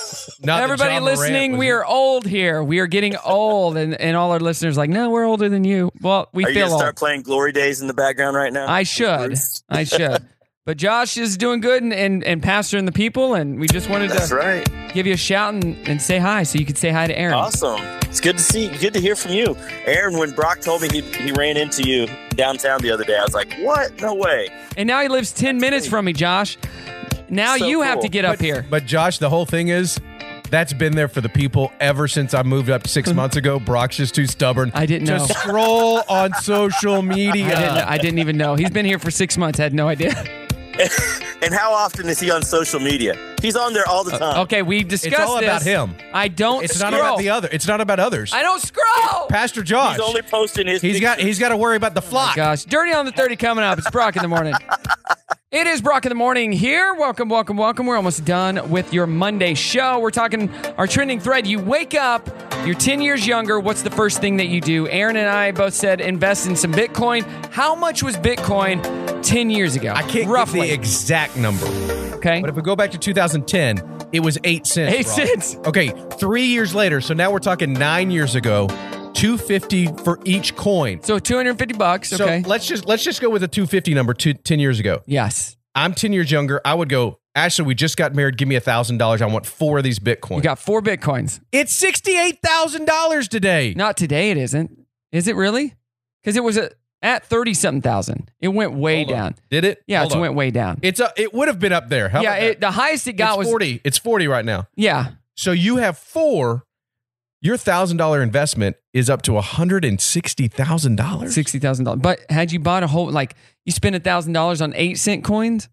Speaker 1: Everybody listening, we are old here. We are getting old, and, and all our listeners are like, no, we're older than you. Well, we
Speaker 24: Are you
Speaker 1: feel
Speaker 24: gonna
Speaker 1: old.
Speaker 24: start playing Glory Days in the background right now?
Speaker 1: I should. I should. But Josh is doing good and, and, and pastoring the people, and we just wanted
Speaker 24: That's
Speaker 1: to
Speaker 24: right.
Speaker 1: give you a shout and, and say hi so you could say hi to Aaron.
Speaker 24: Awesome. It's good to see, good to hear from you, Aaron. When Brock told me he, he ran into you downtown the other day, I was like, "What? No way!"
Speaker 1: And now he lives 10 minutes from me, Josh. Now
Speaker 24: So
Speaker 1: you have
Speaker 24: cool.
Speaker 1: to get up
Speaker 24: But-
Speaker 1: here.
Speaker 6: But Josh, the whole thing is that's been there for the people ever since I moved up
Speaker 1: (laughs)
Speaker 6: six months ago. Brock's just too stubborn.
Speaker 1: I didn't know.
Speaker 6: Just scroll on social
Speaker 1: (laughs)
Speaker 6: media.
Speaker 1: I didn't, I didn't even know. He's been here for six months. Had no idea.
Speaker 6: (laughs)
Speaker 24: And how often is he on social media? He's on there
Speaker 1: Uh,
Speaker 24: all the time.
Speaker 1: Okay, we discussed
Speaker 24: all about
Speaker 1: this.
Speaker 24: him.
Speaker 1: I don't.
Speaker 6: It's
Speaker 1: scroll.
Speaker 6: not about the other. It's not about others.
Speaker 1: I don't scroll.
Speaker 6: Pastor
Speaker 1: oh,
Speaker 6: Josh.
Speaker 24: He's only posting his.
Speaker 6: He's got.
Speaker 24: pictures.
Speaker 6: He's got to worry about the flock.
Speaker 1: Gosh, dirty on the thirty coming up. It's Brock in the
Speaker 6: (laughs)
Speaker 1: morning. It is Brock in the morning here. Welcome, welcome, welcome. We're almost done with your Monday show. We're talking our trending thread. You wake up, you're 10 years younger. What's the first thing that you do? Aaron and I both said invest in some Bitcoin. How much was Bitcoin 10 years ago? I
Speaker 6: can't
Speaker 1: Roughly.
Speaker 6: Give the exact number.
Speaker 1: Okay.
Speaker 6: But if we go back to 2010, it was eight cents.
Speaker 1: Eight
Speaker 6: Rob.
Speaker 1: cents.
Speaker 6: Okay. Three years later, so now we're talking nine years ago, two fifty for each coin.
Speaker 1: So 250 bucks. Okay.
Speaker 6: So let's just let's just go with a two fifty number two, ten years ago.
Speaker 1: Yes.
Speaker 6: I'm ten years younger. I would go. Ashley, we just got married. Give me a thousand dollars. I want four of these Bitcoin. You
Speaker 1: got four Bitcoins.
Speaker 6: It's sixty-eight thousand dollars today.
Speaker 1: Not today. It isn't. Is it really? Because it was a, at thirty something thousand. It went way down.
Speaker 6: Did it?
Speaker 1: Yeah,
Speaker 6: Hold
Speaker 1: it
Speaker 6: on.
Speaker 1: went way down.
Speaker 6: It's a, it would have been up there. How
Speaker 1: yeah,
Speaker 6: about that?
Speaker 1: it, the highest it got
Speaker 6: it's
Speaker 1: was
Speaker 6: 40. It's 40 right now.
Speaker 1: Yeah.
Speaker 6: So you have four. Your $1,000 investment is up to $160,000.
Speaker 1: sixty thousand dollars. But had you bought a whole like you spent a thousand dollars on eight cent coins,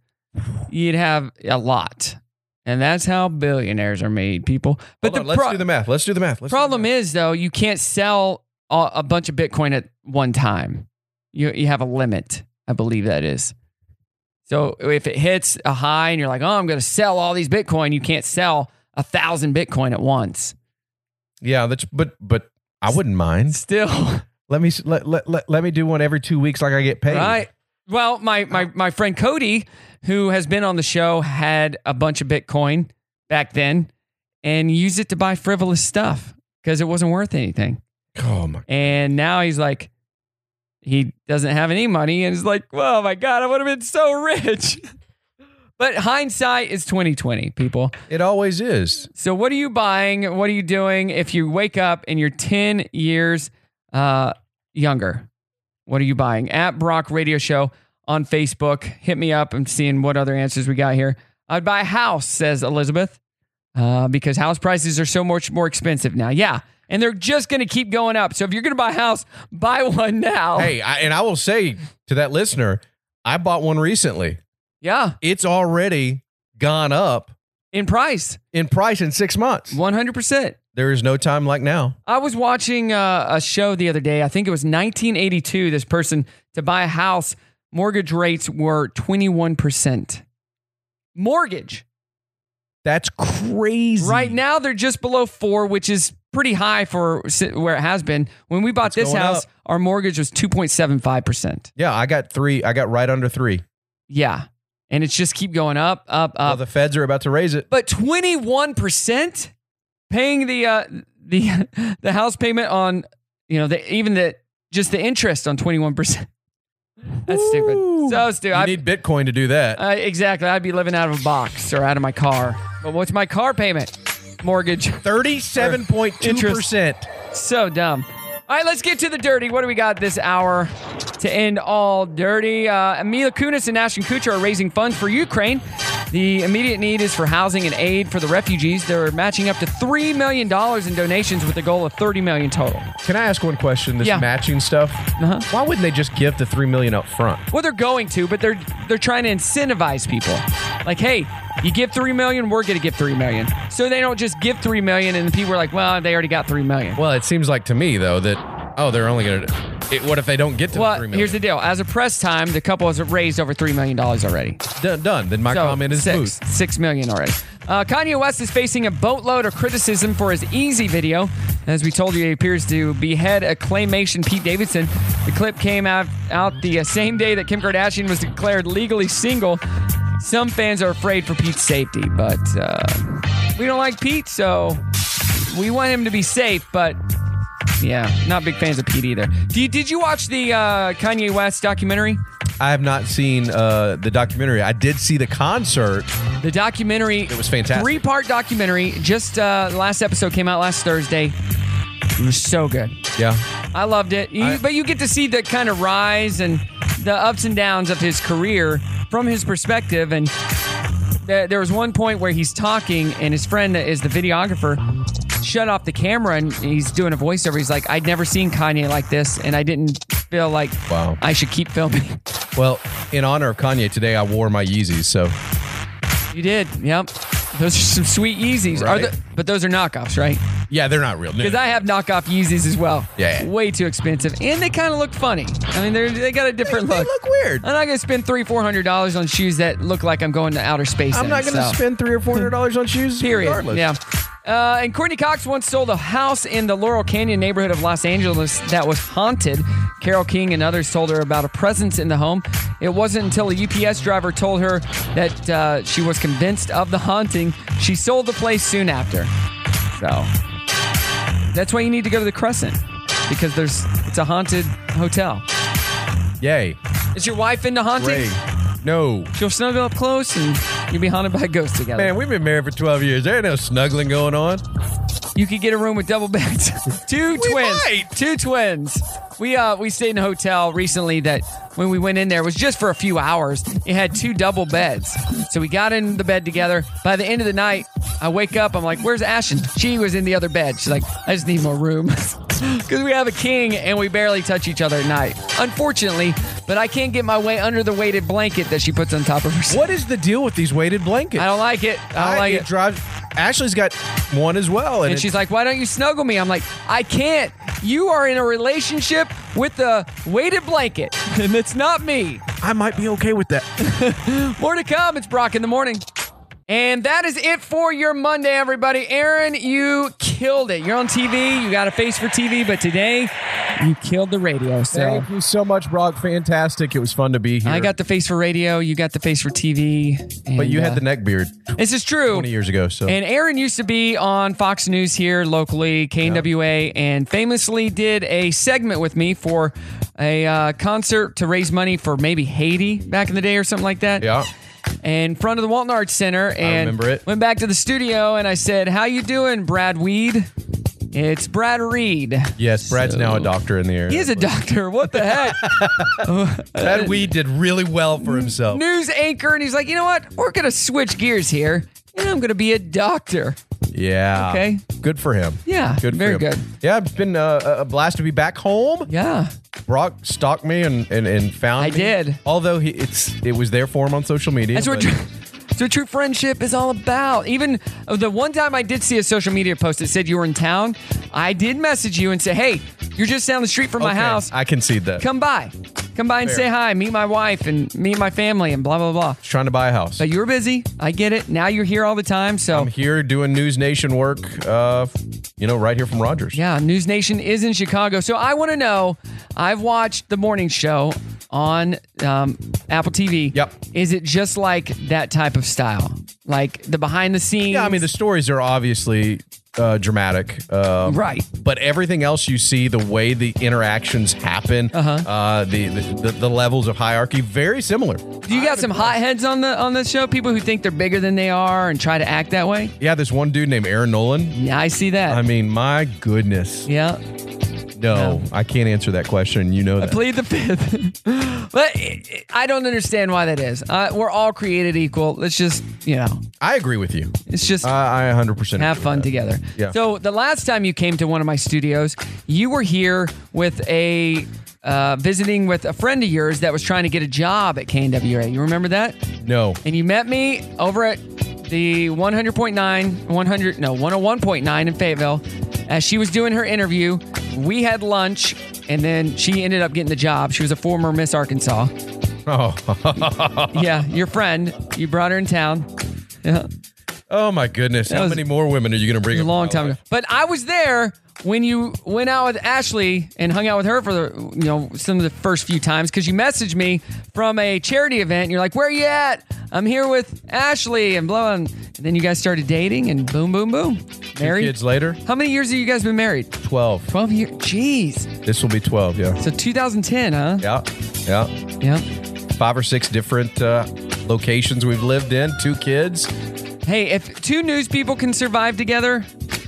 Speaker 1: you'd have a lot. And that's how billionaires are made, people. But
Speaker 6: Hold on,
Speaker 1: the
Speaker 6: let's
Speaker 1: pro-
Speaker 6: do the math. Let's do the math. Let's
Speaker 1: problem is though, you can't sell a, a bunch of Bitcoin at one time. You you have a limit, I believe that is. So if it hits a high and you're like, oh, I'm going to sell all these Bitcoin, you can't sell a thousand Bitcoin at once. (laughs)
Speaker 6: yeah, that's but but I wouldn't mind.
Speaker 1: Still.
Speaker 6: Let me s- let, let, let, let me do one every 2 weeks like I get paid.
Speaker 1: Right. Well, my my my friend Cody, who has been on the show, had a bunch of Bitcoin back then, and used it to buy frivolous stuff because it wasn't worth anything.
Speaker 6: Oh my!
Speaker 1: And now he's like, he doesn't have any money, and he's like, "Oh my god, I would have been so rich." (laughs) but hindsight is twenty twenty, people.
Speaker 6: It always is.
Speaker 1: So, what are you buying? What are you doing if you wake up and you're 10 years uh, younger? What are you buying? At Brock Radio Show on Facebook. Hit me up. I'm seeing what other answers we got here. I'd buy a house, says Elizabeth, uh, because house prices are so much more expensive now. Yeah. And they're just going to keep going up. So, if you're going to buy a house, buy one now.
Speaker 6: Hey, I, and I will say to that listener, I bought one recently.
Speaker 1: Yeah.
Speaker 6: It's already gone up
Speaker 1: in price.
Speaker 6: In price in 6 months.
Speaker 1: 100%.
Speaker 6: There is no time like now.
Speaker 1: I was watching uh, a show the other day. I think it was 1982. This person to buy a house, mortgage rates were 21%. Mortgage.
Speaker 6: That's crazy.
Speaker 1: Right now, they're just below four, which is pretty high for si- where it has been. When we bought this
Speaker 6: going
Speaker 1: house,
Speaker 6: up.
Speaker 1: our mortgage was 2.75%.
Speaker 6: Yeah, I got 3. I got right under 3.
Speaker 1: Yeah. And it's just keep going up, up, up.
Speaker 6: Well, the feds are about to raise it.
Speaker 1: but 21% paying the uh, the (laughs) the house payment on you know the even the just the interest on 21% (laughs) that's stupid so stupid
Speaker 6: You
Speaker 1: I,
Speaker 6: need Bitcoin to do that.
Speaker 1: uh, exactly i'd be living out of a box or out of my car but what's my car payment mortgage (laughs)
Speaker 6: 37.2%.
Speaker 1: so dumb all right let's get to the dirty what do we got this hour to end all dirty uh, Mila Kunis and Ashton Kutcher are raising funds for Ukraine The immediate need is for housing and aid for the refugees. They're matching up to $3 million in donations with a goal of $30 million total.
Speaker 6: Can I ask one question? This
Speaker 1: Yeah.
Speaker 6: matching stuff. Uh-huh. Why wouldn't they just give the three million up front?
Speaker 1: Well, they're going to, but they're they're trying to incentivize people. Like, hey, you give three million, we're going to give three million. So they don't just give three million, and the people are like, well, they already got three million.
Speaker 6: Well, it seems like to me though that oh, they're only gonna. It, what if they don't get to the
Speaker 1: Well,
Speaker 6: three million?
Speaker 1: here's the deal: as a press time, the couple has raised over three million dollars already.
Speaker 6: Done. done. Then my comment is
Speaker 1: six, six million already. Uh, Kanye West is facing a boatload of criticism for his Easy video. As we told you, he appears to behead acclamation Pete Davidson. The clip came out, out the uh, same day that Kim Kardashian was declared legally single. Some fans are afraid for Pete's safety, but uh, we don't like Pete, so we want him to be safe, but yeah, not big fans of Pete either. Did, did you watch the uh, Kanye West documentary?
Speaker 6: I have not seen uh, the documentary. I did see the concert.
Speaker 1: The documentary.
Speaker 6: It was fantastic.
Speaker 1: three part documentary? Just uh, the last episode came out last Thursday. It was so good.
Speaker 6: Yeah.
Speaker 1: I loved it. You, but you get to see the kind of rise and the ups and downs of his career from his perspective. And th- there was one point where he's talking, and his friend that is the videographer shut off the camera and he's doing a voiceover. He's like, I'd never seen Kanye like this, and I didn't feel like I should keep filming. (laughs)
Speaker 6: Well, in honor of Kanye today, I wore my Yeezys. So
Speaker 1: You did. Yep. Those are some sweet Yeezys. Are
Speaker 6: Right.
Speaker 1: the, but those are knockoffs, right?
Speaker 6: yeah, they're not real. No.
Speaker 1: Because I have knockoff Yeezys as well.
Speaker 6: Yeah.
Speaker 1: Way too expensive. And they kind of look funny. I mean, they're, they got a different look. They look
Speaker 6: weird.
Speaker 1: I'm not going to spend three, four hundred dollars on shoes that look like I'm going to outer space.
Speaker 6: I'm
Speaker 1: in,
Speaker 6: not going to
Speaker 1: so.
Speaker 6: spend three or four hundred dollars on shoes.
Speaker 1: Period.
Speaker 6: Regardless.
Speaker 1: Yeah. Uh, and Courtney Cox once sold a house in the Laurel Canyon neighborhood of Los Angeles that was haunted. Carol King and others told her about a presence in the home. It wasn't until a UPS driver told her that uh, she was convinced of the haunting. She sold the place soon after. So that's why you need to go to the Crescent because there's it's a haunted hotel.
Speaker 6: Yay.
Speaker 1: Is your wife into haunting?
Speaker 6: No.
Speaker 1: She'll snuggle up close and you'll be haunted by a ghost together.
Speaker 6: Man, we've been married for 12 years. There ain't no snuggling going on.
Speaker 1: You could get a room with double beds. Two twins. Two twins. We uh we stayed in a hotel recently that when we went in there it was just for a few hours. It had two double beds. So we got in the bed together. By the end of the night, I wake up, I'm like, where's Ashton? She was in the other bed. She's like, I just need more room. (laughs) Because we have a king and we barely touch each other at night. Unfortunately, but I can't get my way under the weighted blanket that she puts on top of herself.
Speaker 6: What is the deal with these weighted blankets? I
Speaker 1: don't like it. I don't like it.
Speaker 6: drives- Ashley's got one as well. And,
Speaker 1: And
Speaker 6: it-
Speaker 1: she's like, "Why don't you snuggle me?" I'm like, "I can't. You are in a relationship with a weighted blanket, (laughs) and it's not me."
Speaker 6: I might be okay with that.
Speaker 1: More to come. It's Brock in the morning. And that is it for your Monday, everybody. Aaron, you killed it. You're on TV. You got a face for TV, but today you killed the radio. So
Speaker 6: (laughs) Thank you so much, Brock. Fantastic. It was fun to be here.
Speaker 1: I got the face for radio. You got the face for TV.
Speaker 6: But you
Speaker 1: and,
Speaker 6: had
Speaker 1: uh,
Speaker 6: the neck beard
Speaker 1: This is true.
Speaker 6: 20 years ago. So
Speaker 1: And Aaron used to be on Fox News here locally, KNWA, and famously did a segment with me for a uh, concert to raise money for maybe Haiti back in the day or something like that.
Speaker 6: Yeah.
Speaker 1: In front of the Walton Arts Center, and
Speaker 6: remember it.
Speaker 1: went back to the studio, and I said, "How you doing, Brad Weed?" It's Brad Reed.
Speaker 6: yes, Brad's now a doctor in the area.
Speaker 1: He is a doctor. What the heck?
Speaker 6: (laughs) Brad Weed did really well for himself.
Speaker 1: News anchor, and he's like, "You know what? We're gonna switch gears here, and I'm gonna be a doctor."
Speaker 6: Yeah.
Speaker 1: Okay.
Speaker 6: Good for him.
Speaker 1: Yeah,
Speaker 6: Good.
Speaker 1: very
Speaker 6: for him.
Speaker 1: good.
Speaker 6: Yeah, it's been a, a blast to be back home.
Speaker 1: Yeah.
Speaker 6: Brock stalked me and and, and found. I did. Although he, it's it was there for him on social media.
Speaker 1: That's what
Speaker 6: but-
Speaker 1: true, that's what true friendship is all about. Even uh, the one time I did see a social media post that said you were in town, I did message you and say, "Hey, you're just down the street from (laughs) my
Speaker 6: Okay,
Speaker 1: house.
Speaker 6: I concede that.
Speaker 1: Come by, come by and
Speaker 6: Fair.
Speaker 1: say hi, meet my wife and meet my family, and blah blah blah."
Speaker 6: Just trying to buy a house.
Speaker 1: But you were busy. I get it. Now you're here all the time, so
Speaker 6: I'm here doing News Nation work. Uh, you know, right here from Rogers.
Speaker 1: Yeah, News Nation is in Chicago. So I want to know. I've watched the morning show on um, Apple TV. Yep. Is it just like that type of style, like the behind the scenes?
Speaker 6: Yeah, I mean the stories are obviously uh, dramatic, um,
Speaker 1: Right.
Speaker 6: But everything else you see, the way the interactions happen, uh-huh. the, the the levels of hierarchy, very similar.
Speaker 1: Do you got some hotheads on the on the show? People who think they're bigger than they are and try to act that way.
Speaker 6: Yeah, this one dude named Aaron Nolan.
Speaker 1: Yeah, I see that.
Speaker 6: I mean, my goodness.
Speaker 1: Yeah.
Speaker 6: No, I can't answer that question. You know
Speaker 1: I
Speaker 6: that.
Speaker 1: plead the fifth. (laughs) but I don't understand why that is. Uh, we're all created equal. Let's just, you know.
Speaker 6: I agree with you.
Speaker 1: It's just.
Speaker 6: I, I 100%.
Speaker 1: Have fun together.
Speaker 6: Uh, Yeah.
Speaker 1: So the last time you came to one of my studios, you were here with a uh, visiting with a friend of yours that was trying to get a job at KNWA. You remember that?
Speaker 6: No.
Speaker 1: And you met me over at the 100.9, 100, no, 101.9 in Fayetteville. As she was doing her interview, we had lunch, and then she ended up getting the job. She was a former Miss Arkansas.
Speaker 6: (laughs) Oh.
Speaker 1: yeah, your friend. You brought her in town. Yeah.
Speaker 6: Oh my goodness!
Speaker 1: That
Speaker 6: How
Speaker 1: was-
Speaker 6: many more women are you going to bring? A long time ago.
Speaker 1: But I was there when you went out with Ashley and hung out with her for the you know some of the first few times because you messaged me from a charity event. And you're like, "Where you at? I'm here with Ashley and blah." And then you guys started dating and boom, boom, boom, married.
Speaker 6: kids later.
Speaker 1: How many years have you guys been married?
Speaker 6: Twelve.
Speaker 1: Twelve years. Jeez.
Speaker 6: This will be twelve. Yeah.
Speaker 1: So 2010, huh?
Speaker 6: Yeah. Yeah.
Speaker 1: Yeah.
Speaker 6: Five or six different uh, locations we've lived in. Two kids.
Speaker 1: Hey, if two news people can survive together,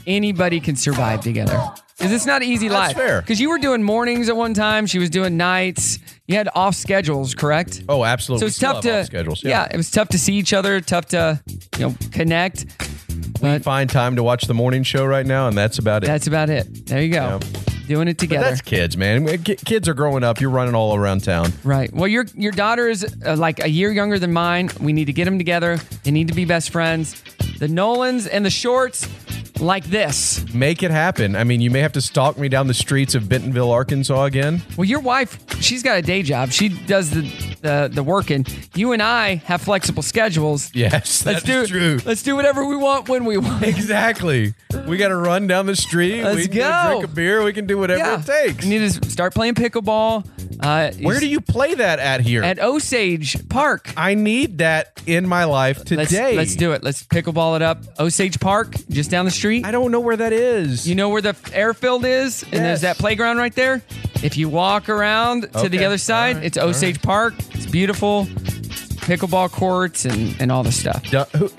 Speaker 1: anybody can survive together. 'Cause it's not an easy life.
Speaker 6: fair.
Speaker 1: Because you were doing mornings at one time, she was doing nights. You had off schedules, correct?
Speaker 6: Oh, absolutely.
Speaker 1: So
Speaker 6: We
Speaker 1: it's
Speaker 6: still
Speaker 1: tough
Speaker 6: have
Speaker 1: to
Speaker 6: off schedules.
Speaker 1: Yeah. it was tough to see each other, tough to you know connect.
Speaker 6: We find time to watch the morning show right now, and that's about it.
Speaker 1: That's about it. There you go. Doing it
Speaker 6: But
Speaker 1: together.
Speaker 6: that's kids, man. Ki- Kids are growing up. You're running all around town.
Speaker 1: Right. Well, your your daughter is uh, like a year younger than mine. We need to get them together. They need to be best friends. The Nolans and the Shorts, like this.
Speaker 6: Make it happen. I mean, you may have to stalk me down the streets of Bentonville, Arkansas again. (laughs)
Speaker 1: Well, your wife, she's got a day job. She does the the, the working. You and I have flexible schedules.
Speaker 6: Yes,
Speaker 1: Let's
Speaker 6: that's
Speaker 1: do
Speaker 6: true.
Speaker 1: Let's do whatever we want when we want.
Speaker 6: Exactly. We got to run down the street.
Speaker 1: Let's
Speaker 6: we can
Speaker 1: go.
Speaker 6: Drink a beer. We can do
Speaker 1: (laughs)
Speaker 6: whatever
Speaker 1: Yeah.
Speaker 6: it takes.
Speaker 1: You need to start playing pickleball. Uh,
Speaker 6: Where do you play that at here?
Speaker 1: At Osage Park.
Speaker 6: I need that in my life today.
Speaker 1: Let's, let's do it. Let's pickleball it up. Osage Park, just down the street. I
Speaker 6: don't know where that is.
Speaker 1: You know where the airfield is? And there's that playground right there. If you walk around to
Speaker 6: Okay.
Speaker 1: the other side, it's Osage Park. It's beautiful. Pickleball courts and, and all the stuff.
Speaker 6: Du- who-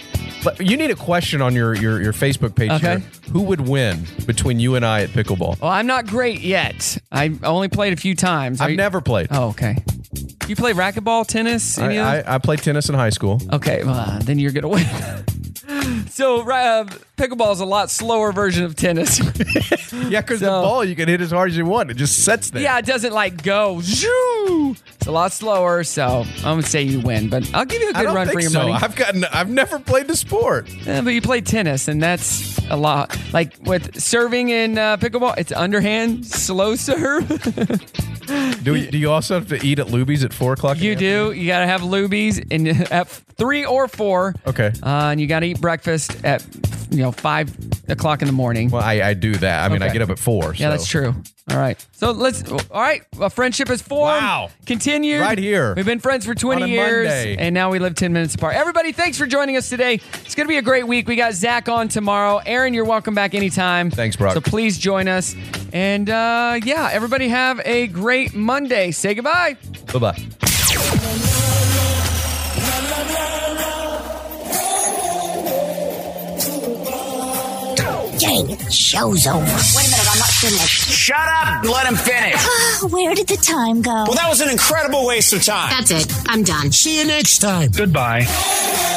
Speaker 6: but you need a question on your your, your Facebook page.
Speaker 1: Okay. Oh,
Speaker 6: Here. Who would win between you and I at pickleball?
Speaker 1: Well, I'm not great yet. I only played a few times. Are
Speaker 6: I've
Speaker 1: you-
Speaker 6: never played.
Speaker 1: Oh, okay. You play racquetball, tennis,
Speaker 6: I,
Speaker 1: any of those?
Speaker 6: I, I played tennis in high school.
Speaker 1: Okay, well, uh, then you're gonna win. (laughs) so uh, pickleball is a lot slower version of tennis. (laughs)
Speaker 6: yeah, because the ball you can hit as hard as you want. It just sets there.
Speaker 1: yeah, it doesn't like go. Zhoo! It's a lot slower, so I'm gonna say you win. But I'll give you a good
Speaker 6: I don't
Speaker 1: run
Speaker 6: think
Speaker 1: for your
Speaker 6: so.
Speaker 1: money.
Speaker 6: I've gotten. I've never played the sport.
Speaker 1: Yeah, but you play tennis, and that's a lot. Like with serving in uh, pickleball, it's underhand, slow serve. (laughs)
Speaker 6: Do you, do you also have to eat at Luby's at four o'clock?
Speaker 1: You do. You gotta have lubies and at three or four.
Speaker 6: Okay.
Speaker 1: Uh, and you gotta eat breakfast at you know five o'clock in the morning.
Speaker 6: Well, I, I do that. I mean, I
Speaker 1: Okay.
Speaker 6: get up at four.
Speaker 1: Yeah, that's true. All right. So let's. All right. A friendship is formed. Wow. Continued.
Speaker 6: Right here.
Speaker 1: We've been friends for
Speaker 6: On
Speaker 1: 20
Speaker 6: a
Speaker 1: years,
Speaker 6: Monday.
Speaker 1: and now we live 10 minutes apart. Everybody, thanks for joining us today. It's gonna be a great week. We got Zach on tomorrow. Aaron, you're welcome back anytime.
Speaker 6: Thanks, Brock.
Speaker 1: So please join us. And uh, yeah, everybody have a great Monday. Say goodbye.
Speaker 6: Bye bye.
Speaker 20: Dang it, show's over. Wait a minute, I'm not finished. Shut up!
Speaker 11: Let him finish.
Speaker 20: (sighs) Where did the time go?
Speaker 11: Well, that was an incredible waste of time.
Speaker 20: That's it. I'm done.
Speaker 11: See you next time. Goodbye.